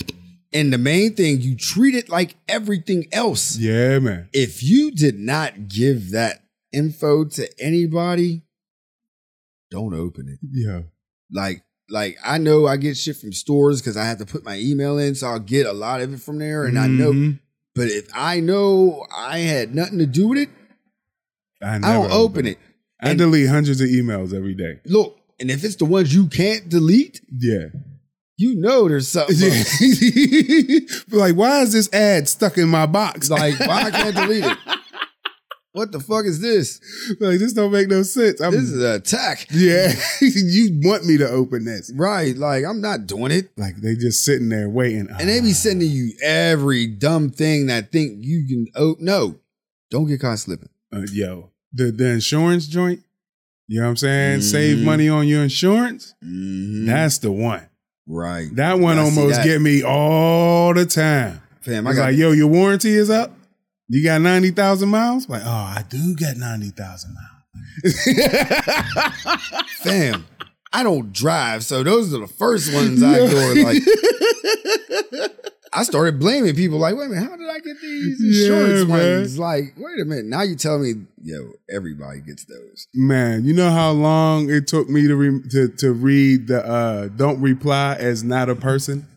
And the main thing, you treat it like everything else.
yeah, man.
If you did not give that info to anybody, don't open it.
Yeah,
like like I know I get shit from stores because I have to put my email in, so I'll get a lot of it from there, and I know.
Mhm.
But if I know I had nothing to do with it,
I,
I
never
don't open it.
I delete hundreds of emails every day.
Look, and if it's the ones you can't delete,
Yeah.
you know there's something.
Yeah.
up.
like, why is this ad stuck in my box?
It's
Like,
like why I can't delete it? What the fuck is this?
this don't make no sense. I'm,
This is an attack,
yeah, you want me to open this?
right? Like I'm not doing it.
Like they just sitting there waiting. Ah,
And they be sending you every dumb thing that think you can. Oh no, don't get caught slipping.
Uh, yo, the the insurance joint. You know what I'm saying? Save
Mhm.
money on your insurance.
Mhm.
That's the one.
right.
That one
I see
almost
that.
get me all the time.
Fam,
I
I
was
got
like, yo, your warranty is up. You got ninety thousand miles. like, oh, I do got ninety thousand miles.
fam. I don't drive, so those are the first ones I go and, like. I started blaming people. Like, wait a minute, how did I get these
Yeah,
insurance
man.
ones? Like, wait a minute, now you tell me, yo, everybody gets those.
Man, you know how long it took me to re- to to read the uh, "Don't reply as not a person."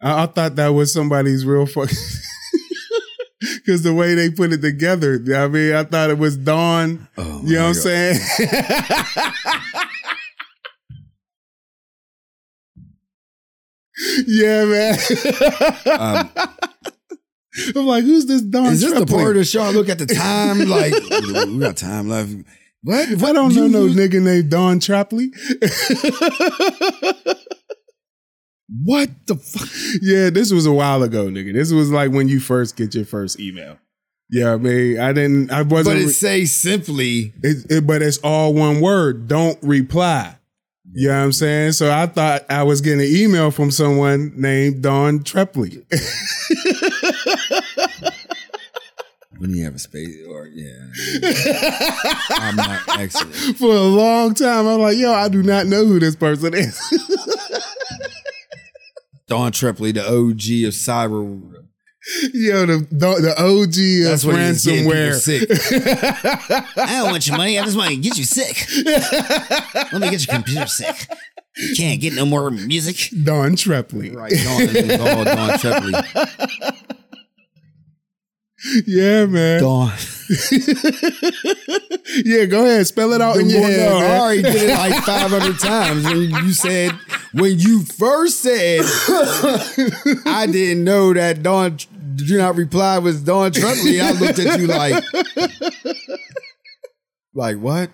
I, I thought that was somebody's real fuck. Because the way they put it together, I mean, I thought it was Dawn.
Oh,
you know what I'm saying? yeah, man.
Um,
I'm like, who's this Dawn?
is this the
Triplett?
part of the show? I look at the time, like we got time left. What?
I
What?
don't know
You-
no
you-
nigga named Don Trapley.
What the fuck?
yeah, this was a while ago, nigga. This was like when you first get your first e-, email. Yeah, I mean, I didn't, I
But
wasn't,
it say simply,
it, it- but it's all one word. Don't reply. You know what I'm saying? So I thought I was getting an email from someone named Don Trepley.
When you have a space, or yeah, I'm not excellent.
For a long time, I'm like, yo, I do not know who this person is.
Don Trepley, the OG of cyber.
yo, the the OG
That's
of
what he's getting people
ransomware.
sick.
I don't want your money. I just want to get you sick. Let me get your computer sick. You can't get no more music.
Don Trepley.
Right, Don is called Don Trepley.
Yeah, man.
Don.
Yeah, go ahead. Spell it out in your
Well,
head.
no, I
man.
already did it like 500 times. When you said, when you first said, I didn't know that Don, do not reply was Don Trepley. I looked at you like, like what?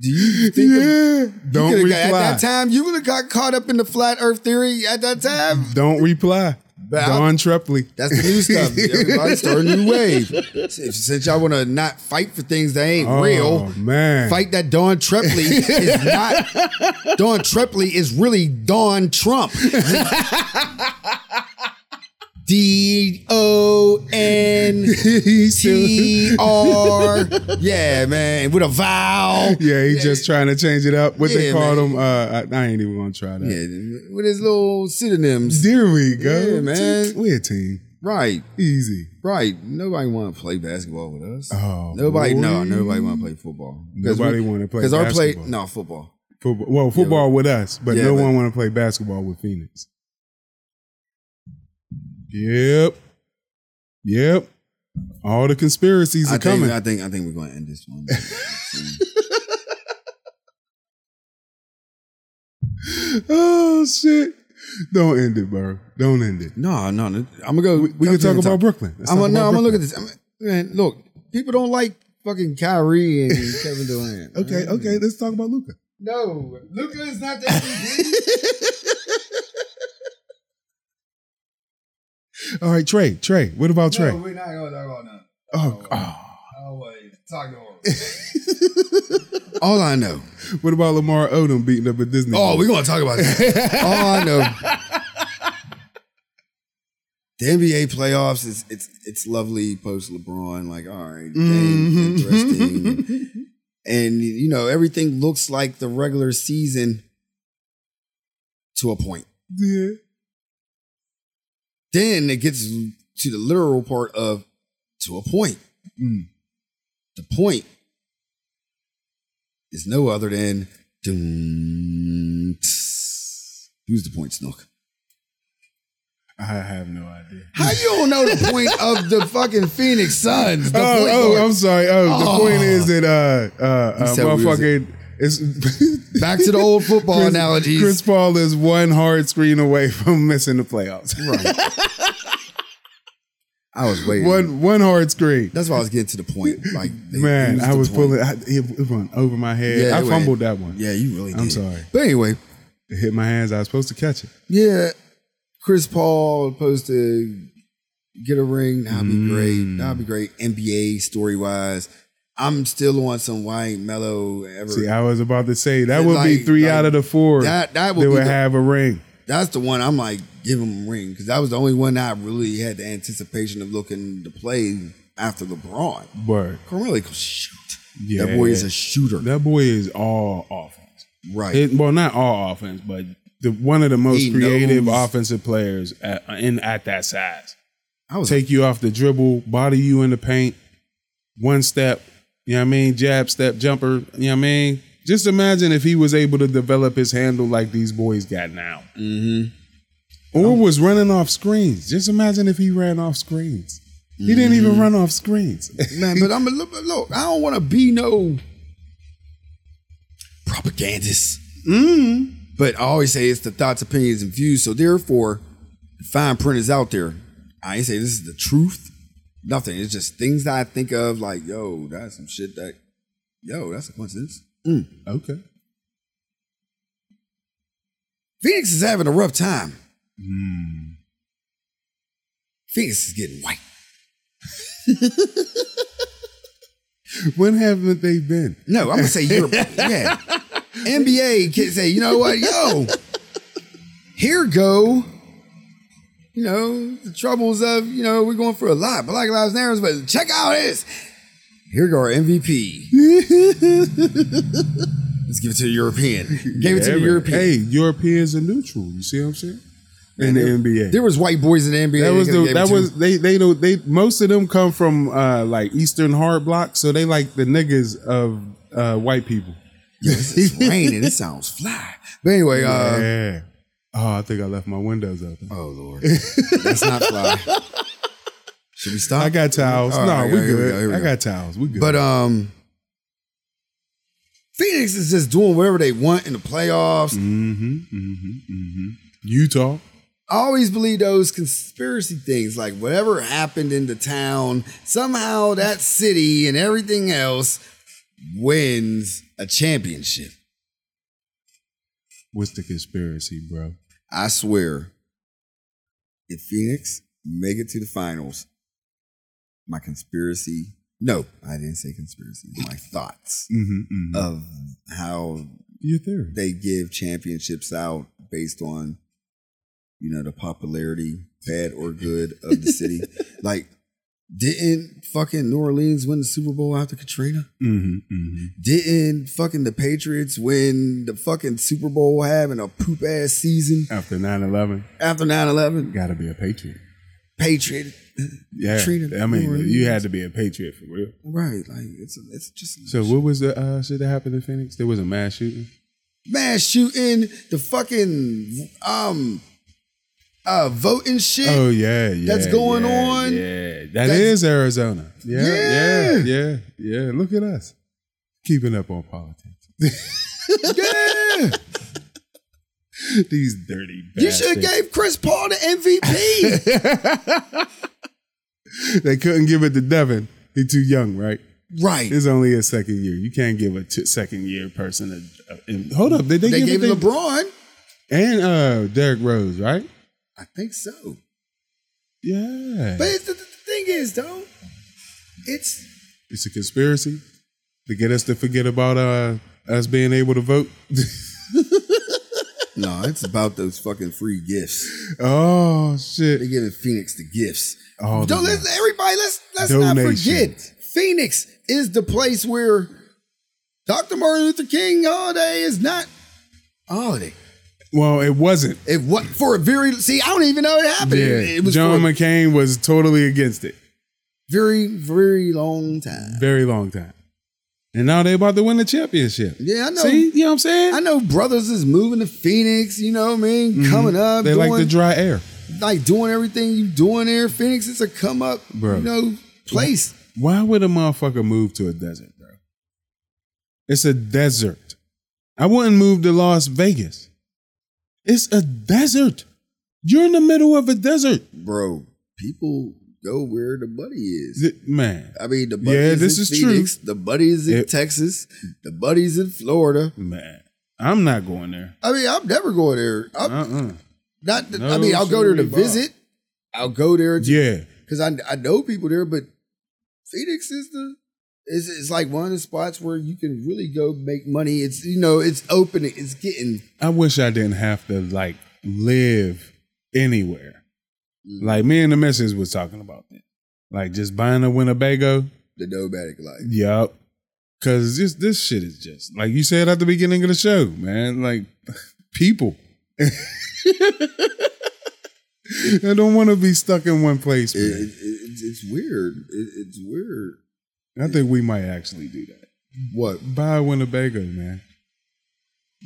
Do you think of-
Yeah. Don't
you coulda
reply.
got- At that time, you would have got caught up in the flat Earth theory. At that time,
Don't reply.
I'll-
Don Trepley.
that's the new stuff. Everybody start a new wave. Since since y'all want to not fight for things that ain't
Oh,
real,
man.
fight that Don Trepley is not. Don Trepley is really Don Trump. D O N
He's still-
T R. Yeah, man, with a vowel.
yeah, he's just trying to change it up. What they
Yeah,
called
man.
him? Uh, I, I ain't even gonna try that.
Yeah, with his little pseudonyms.
There we go,
Yeah, man.
We a team.
Right.
Easy.
Right. Nobody want to play basketball with us.
Oh,
nobody. No,
boy.
nobody want to play football.
Nobody wanna play
because our play.
basketball.
No football.
Football, well, football with us, but
Yeah,
no
but-
one want to play basketball with Phoenix. Yep. Yep. All the conspiracies
I
are
think,
coming.
I think. I think we're going to end this one.
oh shit! Don't end it, bro. Don't end it.
no, no. no. I'm gonna go.
We can talk about Brooklyn. Let's
I'm
talk
gonna. No,
about
I'm gonna look at
Brooklyn.
this. I'm, man, look. People don't like fucking Kyrie and Kevin Durant.
Okay,
right?
okay. Let's talk about Luca.
No, Luca is not that.
All right, Trey. Trey. What about Trey?
we're not gonna talk about none.
oh, oh.
Talk All I know.
What about Lamar Odom beating up a Disney?
Oh,
we
we're gonna talk about that. All Oh, I know. The NBA playoffs is it's it's lovely post LeBron, like all right,
Mhm.
game's interesting. and you know, everything looks like the regular season to a point.
yeah.
Then it gets to the literal part of to a point.
Mm.
The point is no other than dun, tss. who's the point snook?
I have no idea.
How you don't know the point of the fucking Phoenix Suns? The
oh,
point
oh,
guard.
I'm sorry. Oh, the
Oh.
point is that uh, uh, uh
said we was-
motherfucking it's
Back to the old football
Chris,
analogies.
Chris Paul is one hard screen away from missing the playoffs.
I was waiting.
one one hard screen.
That's why I was getting to the point. Like they-
Man,
who's
I
the
was
point?
pulling. I, it it went over my head.
Yeah,
I
it went-
fumbled that one.
Yeah, you really. Did.
I'm sorry.
But anyway,
It hit my hands. I was supposed to catch it.
yeah, Chris Paul supposed to get a ring. That'd be
Mm.
great. That'd be great. NBA story wise, I'm still on some why ain't Mello ever.
See, I was about to say that
It
would be
like-
three
like,
out of the four
that that
that
would be
would
the-
have a ring.
that's the one I'm like give him a ring because that was the only one I really had the anticipation of looking to play after LeBron.
Word.
Carmelo could shoot.
Yeah.
That boy is a shooter.
That boy is all offense.
right.
It, well, not all offense, but the one of the most
He
creative
knows.
offensive players at, in at that size.
I was
Take you off the dribble, body you in the paint, one step. You know what I mean? Jab, step, jumper. You know what I mean? Just imagine if he was able to develop his handle like these boys got now, mm-hmm. or was running off screens. Just imagine if he ran off screens. He didn't
Mm-hmm.
even run off screens.
man, but I'm a look, look I don't want to be no propagandist. But I always say it's the thoughts, opinions, and views. So therefore, the fine print is out there. I ain't say this is the truth. Nothing. It's just things that I think of. Like, yo, that's some shit that, yo, that's a coincidence.
okay.
Phoenix is having a rough time.
Hmm.
Phoenix is getting white.
When haven't they been?
No, I'm gonna say Europe. yeah,
NBA can say, you know what, yo, here go, you know, the troubles of, you know, we're going for a lot, Black Lives Matter, but check out this.
Here go our MVP. Let's give it to the European. Gave it to the European.
Hey, Europeans are neutral. You see what I'm saying? In the NBA,
There was white boys in the NBA.
that was
they could've
the
gave it
that
to.
was they they know they most of them come from uh like Eastern hard block, so they like the niggas of uh white people.
It's raining. It sounds fly.
But anyway, uh,
yeah. Oh, I think I left my windows open.
Oh Lord, that's not fly. Should we stop?
I got towels.
All
no,
right,
we
here we
good.
go, here we
I
go.
got towels. We good.
But um,
Phoenix is just doing whatever they want in the playoffs.
Mm. Mm-hmm, Utah.
I always believe those conspiracy things, like whatever happened in the town, somehow that city and everything else wins a championship.
What's the conspiracy, bro?
I swear, if Phoenix make it to the finals, my conspiracy. No, I didn't say conspiracy. My thoughts
Mm-hmm,
of how
Your theory.
they give championships out based on you know the popularity bad or good of the city like didn't fucking new orleans win the super bowl after katrina
Mm-hmm, mm-hmm.
didn't fucking the patriots win the fucking super bowl having a poop ass season
After 9-11,
after 9-11
gotta be a patriot.
patriot
Yeah,
Katrina,
I mean,
New Orleans.
you had to be a patriot for real.
right like it's it's just
So, what was the uh, shit that happened in Phoenix? There was a mass shooting.
mass shooting the fucking um uh voting shit
Oh yeah, yeah.
That's going
yeah,
on.
Yeah, that's,
That's-
Arizona. Yeah, yeah,
Yeah.
yeah, yeah, Look at us keeping up on politics.
yeah
These dirty.
you should have gave chris paul the mvp
They couldn't give it to Devin. He too young, right?
Right.
It's only his second year. You can't give a t- second year person a. a- and- hold up, did they,
They
give
gave
it to-
LeBron.
and uh Derrick Rose, right?
I think so.
Yeah,
But it's, the, the thing is, though, it's
it's a conspiracy to get us to forget about uh us being able to vote.
no, it's about those fucking free gifts.
oh shit!
They giving Phoenix the gifts.
Oh,
Don't
the-
let everybody. Let's let's not
Donations.
forget. Phoenix is the place where Dr. Martin Luther King holiday is not a holiday.
Well, it wasn't.
It what for a very see. I don't even know it happened.
Yeah,
It, it was
John
for a
McCain was totally against it.
very very long time.
Very long time. And now they about to win the championship.
Yeah, I know.
See, you know what I'm saying?
I know brothers is moving to Phoenix. You know what I mean? Coming up,
Mm-hmm. they like the
doing-
dry air.
like doing everything you doing there. Phoenix is a come up,
Bro.
you know, place.
Why would a motherfucker move to a desert, bro? It's a desert. I wouldn't move to Las Vegas. It's a desert. You're in the middle of a desert,
Bro, people go where the buddy is.
Th- man.
I mean, the buddy
Yeah,
is
this
in
is
Phoenix, the buddy is in
It-
Texas, the buddy is in Florida.
Man, I'm not going there.
I mean, I'm never going there. I'm
Uh-uh.
not.
No,
I mean, I'll go there to
siree, Bob.
visit. I'll go there to
Yeah,
because I I know people there, but Phoenix is the is it's like one of the spots where you can really go make money. It's you know it's open. It's getting
I wish I didn't have to like live anywhere.
Mm.
Like me and the missus was talking about that. Like just buying a Winnebago.
the nomadic life.
Yup. Cause this this shit is just like you said at the beginning of the show, man. Like people. I don't want to be stuck in one place.
It, it,
Man.
it's it's weird. It, it's weird.
I think we might actually do that.
What
Buy a Winnebago, man.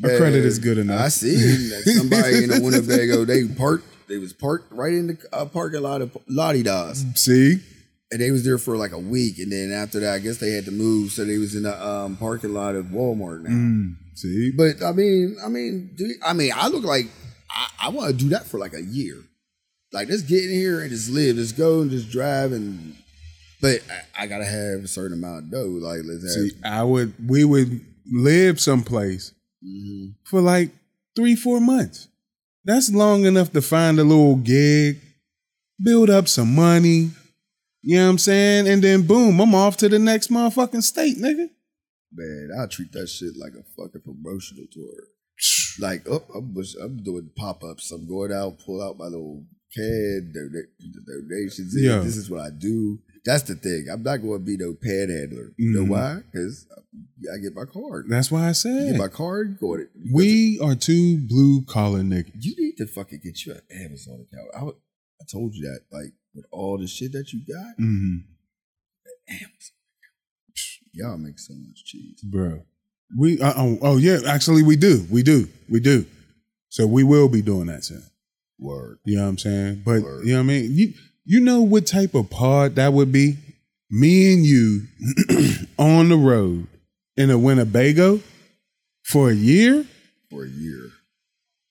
Our credit is good enough.
I see that somebody in a Winnebago. They parked. They was parked right in the uh, parking lot of Lottie Dawes,
See,
and they was there for like a week. And then after that, I guess they had to move, so they was in the um, parking lot of Walmart now.
see,
But I mean, I mean, do I mean I look like I, I want to do that for like a year. Like let's get in here and just live, just go and just drive and. But I, I gotta have a certain amount of dough. Like let's have
see. I would. We would live someplace for like three, four months. That's long enough to find a little gig, build up some money. You know what I'm saying? And then boom, I'm off to the next motherfucking state, nigga.
man, I treat that shit like a fucking promotional tour. Like, oh, I'm, bus- I'm doing pop ups. I'm going out, pull out my little can, donate donations. in.
Yeah.
This is what I do. That's the thing. I'm not going to be no panhandler. You
Mhm.
know why? Because I get my card.
That's why I
I
said
get my card. Go to
we are two blue collar niggas.
you need to fucking get you an Amazon account. I, w- I told you that. Like with all the shit that you got,
Mm-hmm.
y'all make so much cheese.
Bro. We uh, oh, oh yeah, actually we do. We do. We do. So we will be doing that soon.
Word.
You know what I'm saying? But
Word.
you know what I mean? You you know what type of pod that would be? Me and you on the road in a Winnebago for a year?
for a year.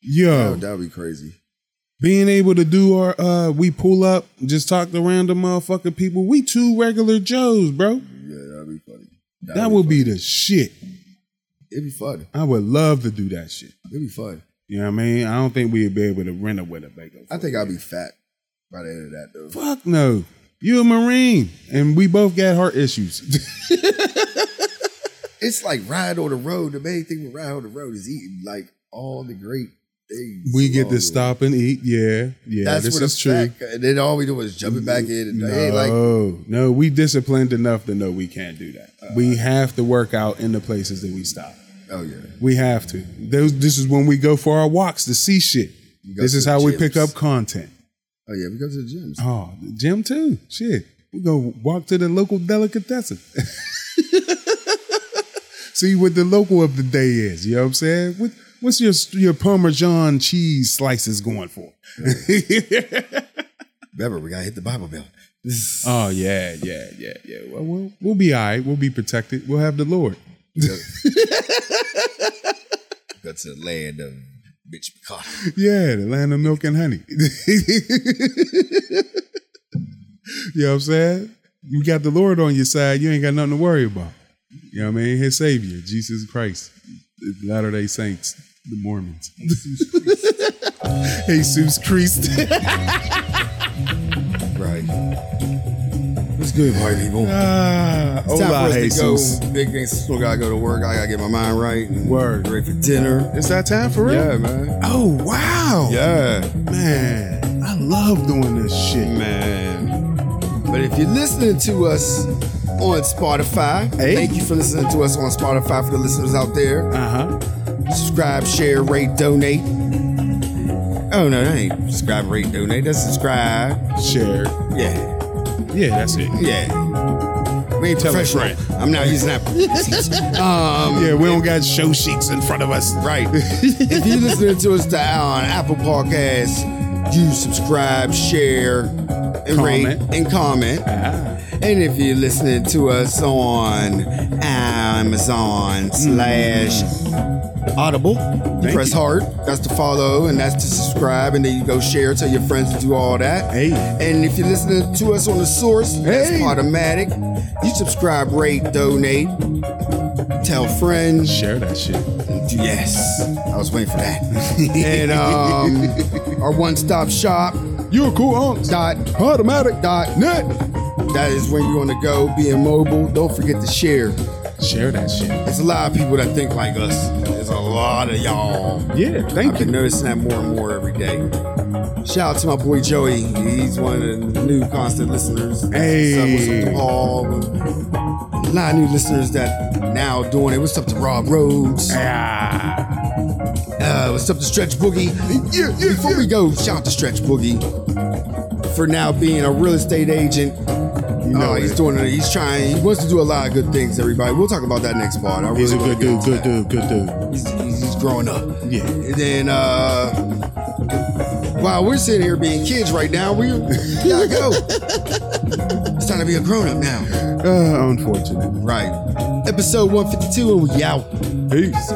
Yo,
Oh, that'd be crazy.
being able to do our uh we pull up, just talk to random motherfucking people. We two regular Joes, bro.
Yeah, that'd be funny. That'd
That would be
fun.
the shit.
It'd be fun.
I would love to do that shit.
It'd be fun.
You know what I mean? I don't think we'd be able to rent a Winnebago.
I think I'd be fat by the end of that though.
Fuck no. You a Marine. And we both got heart issues.
It's like riding on the road. The main thing with riding on the road is eating like all the great things.
we get
along the
to
way.
stop and eat. Yeah. Yeah.
That's
this
what
is
is
true.
fact. And then all we do is jumping back in and
no,
hey, like Uh,
no, we disciplined enough to know we can't do that. we have to work out in the places that we stop.
oh yeah.
We have to. Those, this is when we go for our walks to see shit.
go
This
to
is
the
how we
gyms.
pick up content.
Oh yeah, we go to the gyms.
Oh, the gym too. Shit. We go walk to the local delicatessen. See what the local of the day is. You know what I'm saying? What, what's your your Parmesan cheese slices going for?
Remember, we gotta hit the Bible belt.
oh yeah, yeah, yeah, yeah. Well, we'll, we'll be all right. We'll be protected. We'll have the Lord.
Go to the land of bitch McConnell.
Yeah, the land of milk and honey. you know what I'm saying? You got the Lord on your side, you ain't got nothing to worry about. You know what I mean? His Savior, Jesus Christ, the Latter day Saints, the Mormons. Jesus Christ.
Right. What's good, white people?
ah,
It's time for
hola,
us to go.
Jesus.
Big things. Still gotta go to work. I gotta get my mind right. and
Word.
Ready for dinner.
Is that time for real?
Yeah, man.
Oh, wow.
Yeah,
Man, I love doing this shit.
man. But if you're listening to us on Spotify,
Hey.
thank you for listening to us on Spotify for the listeners out there.
Uh-huh.
Subscribe, share, rate, donate. Oh no, that ain't subscribe, rate, donate. That's subscribe.
Share.
Yeah,
Yeah, that's it.
yeah. We ain't
Tell a
professional. I'm not using that.
yeah, we don't got show sheets in front of us.
Right. if you're listening to us to- on Apple Podcasts, you subscribe, share, and rate
Comment.
and comment.
Ah.
And if you're listening to us on Amazon slash Audible, you
Thank
press
you.
heart. That's to follow, and that's to subscribe, and then you go share, tell your friends to do all that.
Hey.
And if you're listening to us on the source, that's
Hey.
automatic. You subscribe, rate, donate, tell friends.
Share that shit.
Yes, I was waiting for that. and um, our one-stop shop
You're cool unks.
dot
Automatic.
dot net. That is where you want to go, being mobile. Don't forget to share.
Share that shit.
There's a lot of people that think like us. There's a lot of y'all.
Yeah,
I've
thank
been noticing that more and more every day. Shout out to my boy Joey. He's one of the new constant listeners.
Hey.
What's up, what's up to Paul? A lot of new listeners that now doing it. What's up to Rob Rhodes?
Ah,
Uh, what's up to Stretch Boogie? Yeah, yeah, Before we go, shout out to Stretch Boogie for now being a real estate agent. You
Oh,
know, he's doing it. He's trying. He wants to do a lot of good things. Everybody, we'll talk about that next part. I really
he's a
wanna
good
get
dude,
into
good
that.
dude, good dude.
He's, he's, he's growing up.
Yeah.
And then, uh, while we're sitting here being kids right now, we gotta go. it's time to be a grown up now.
Uh, unfortunate.
Right. Episode 152, and we out.
Peace.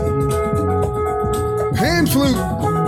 Hand flute.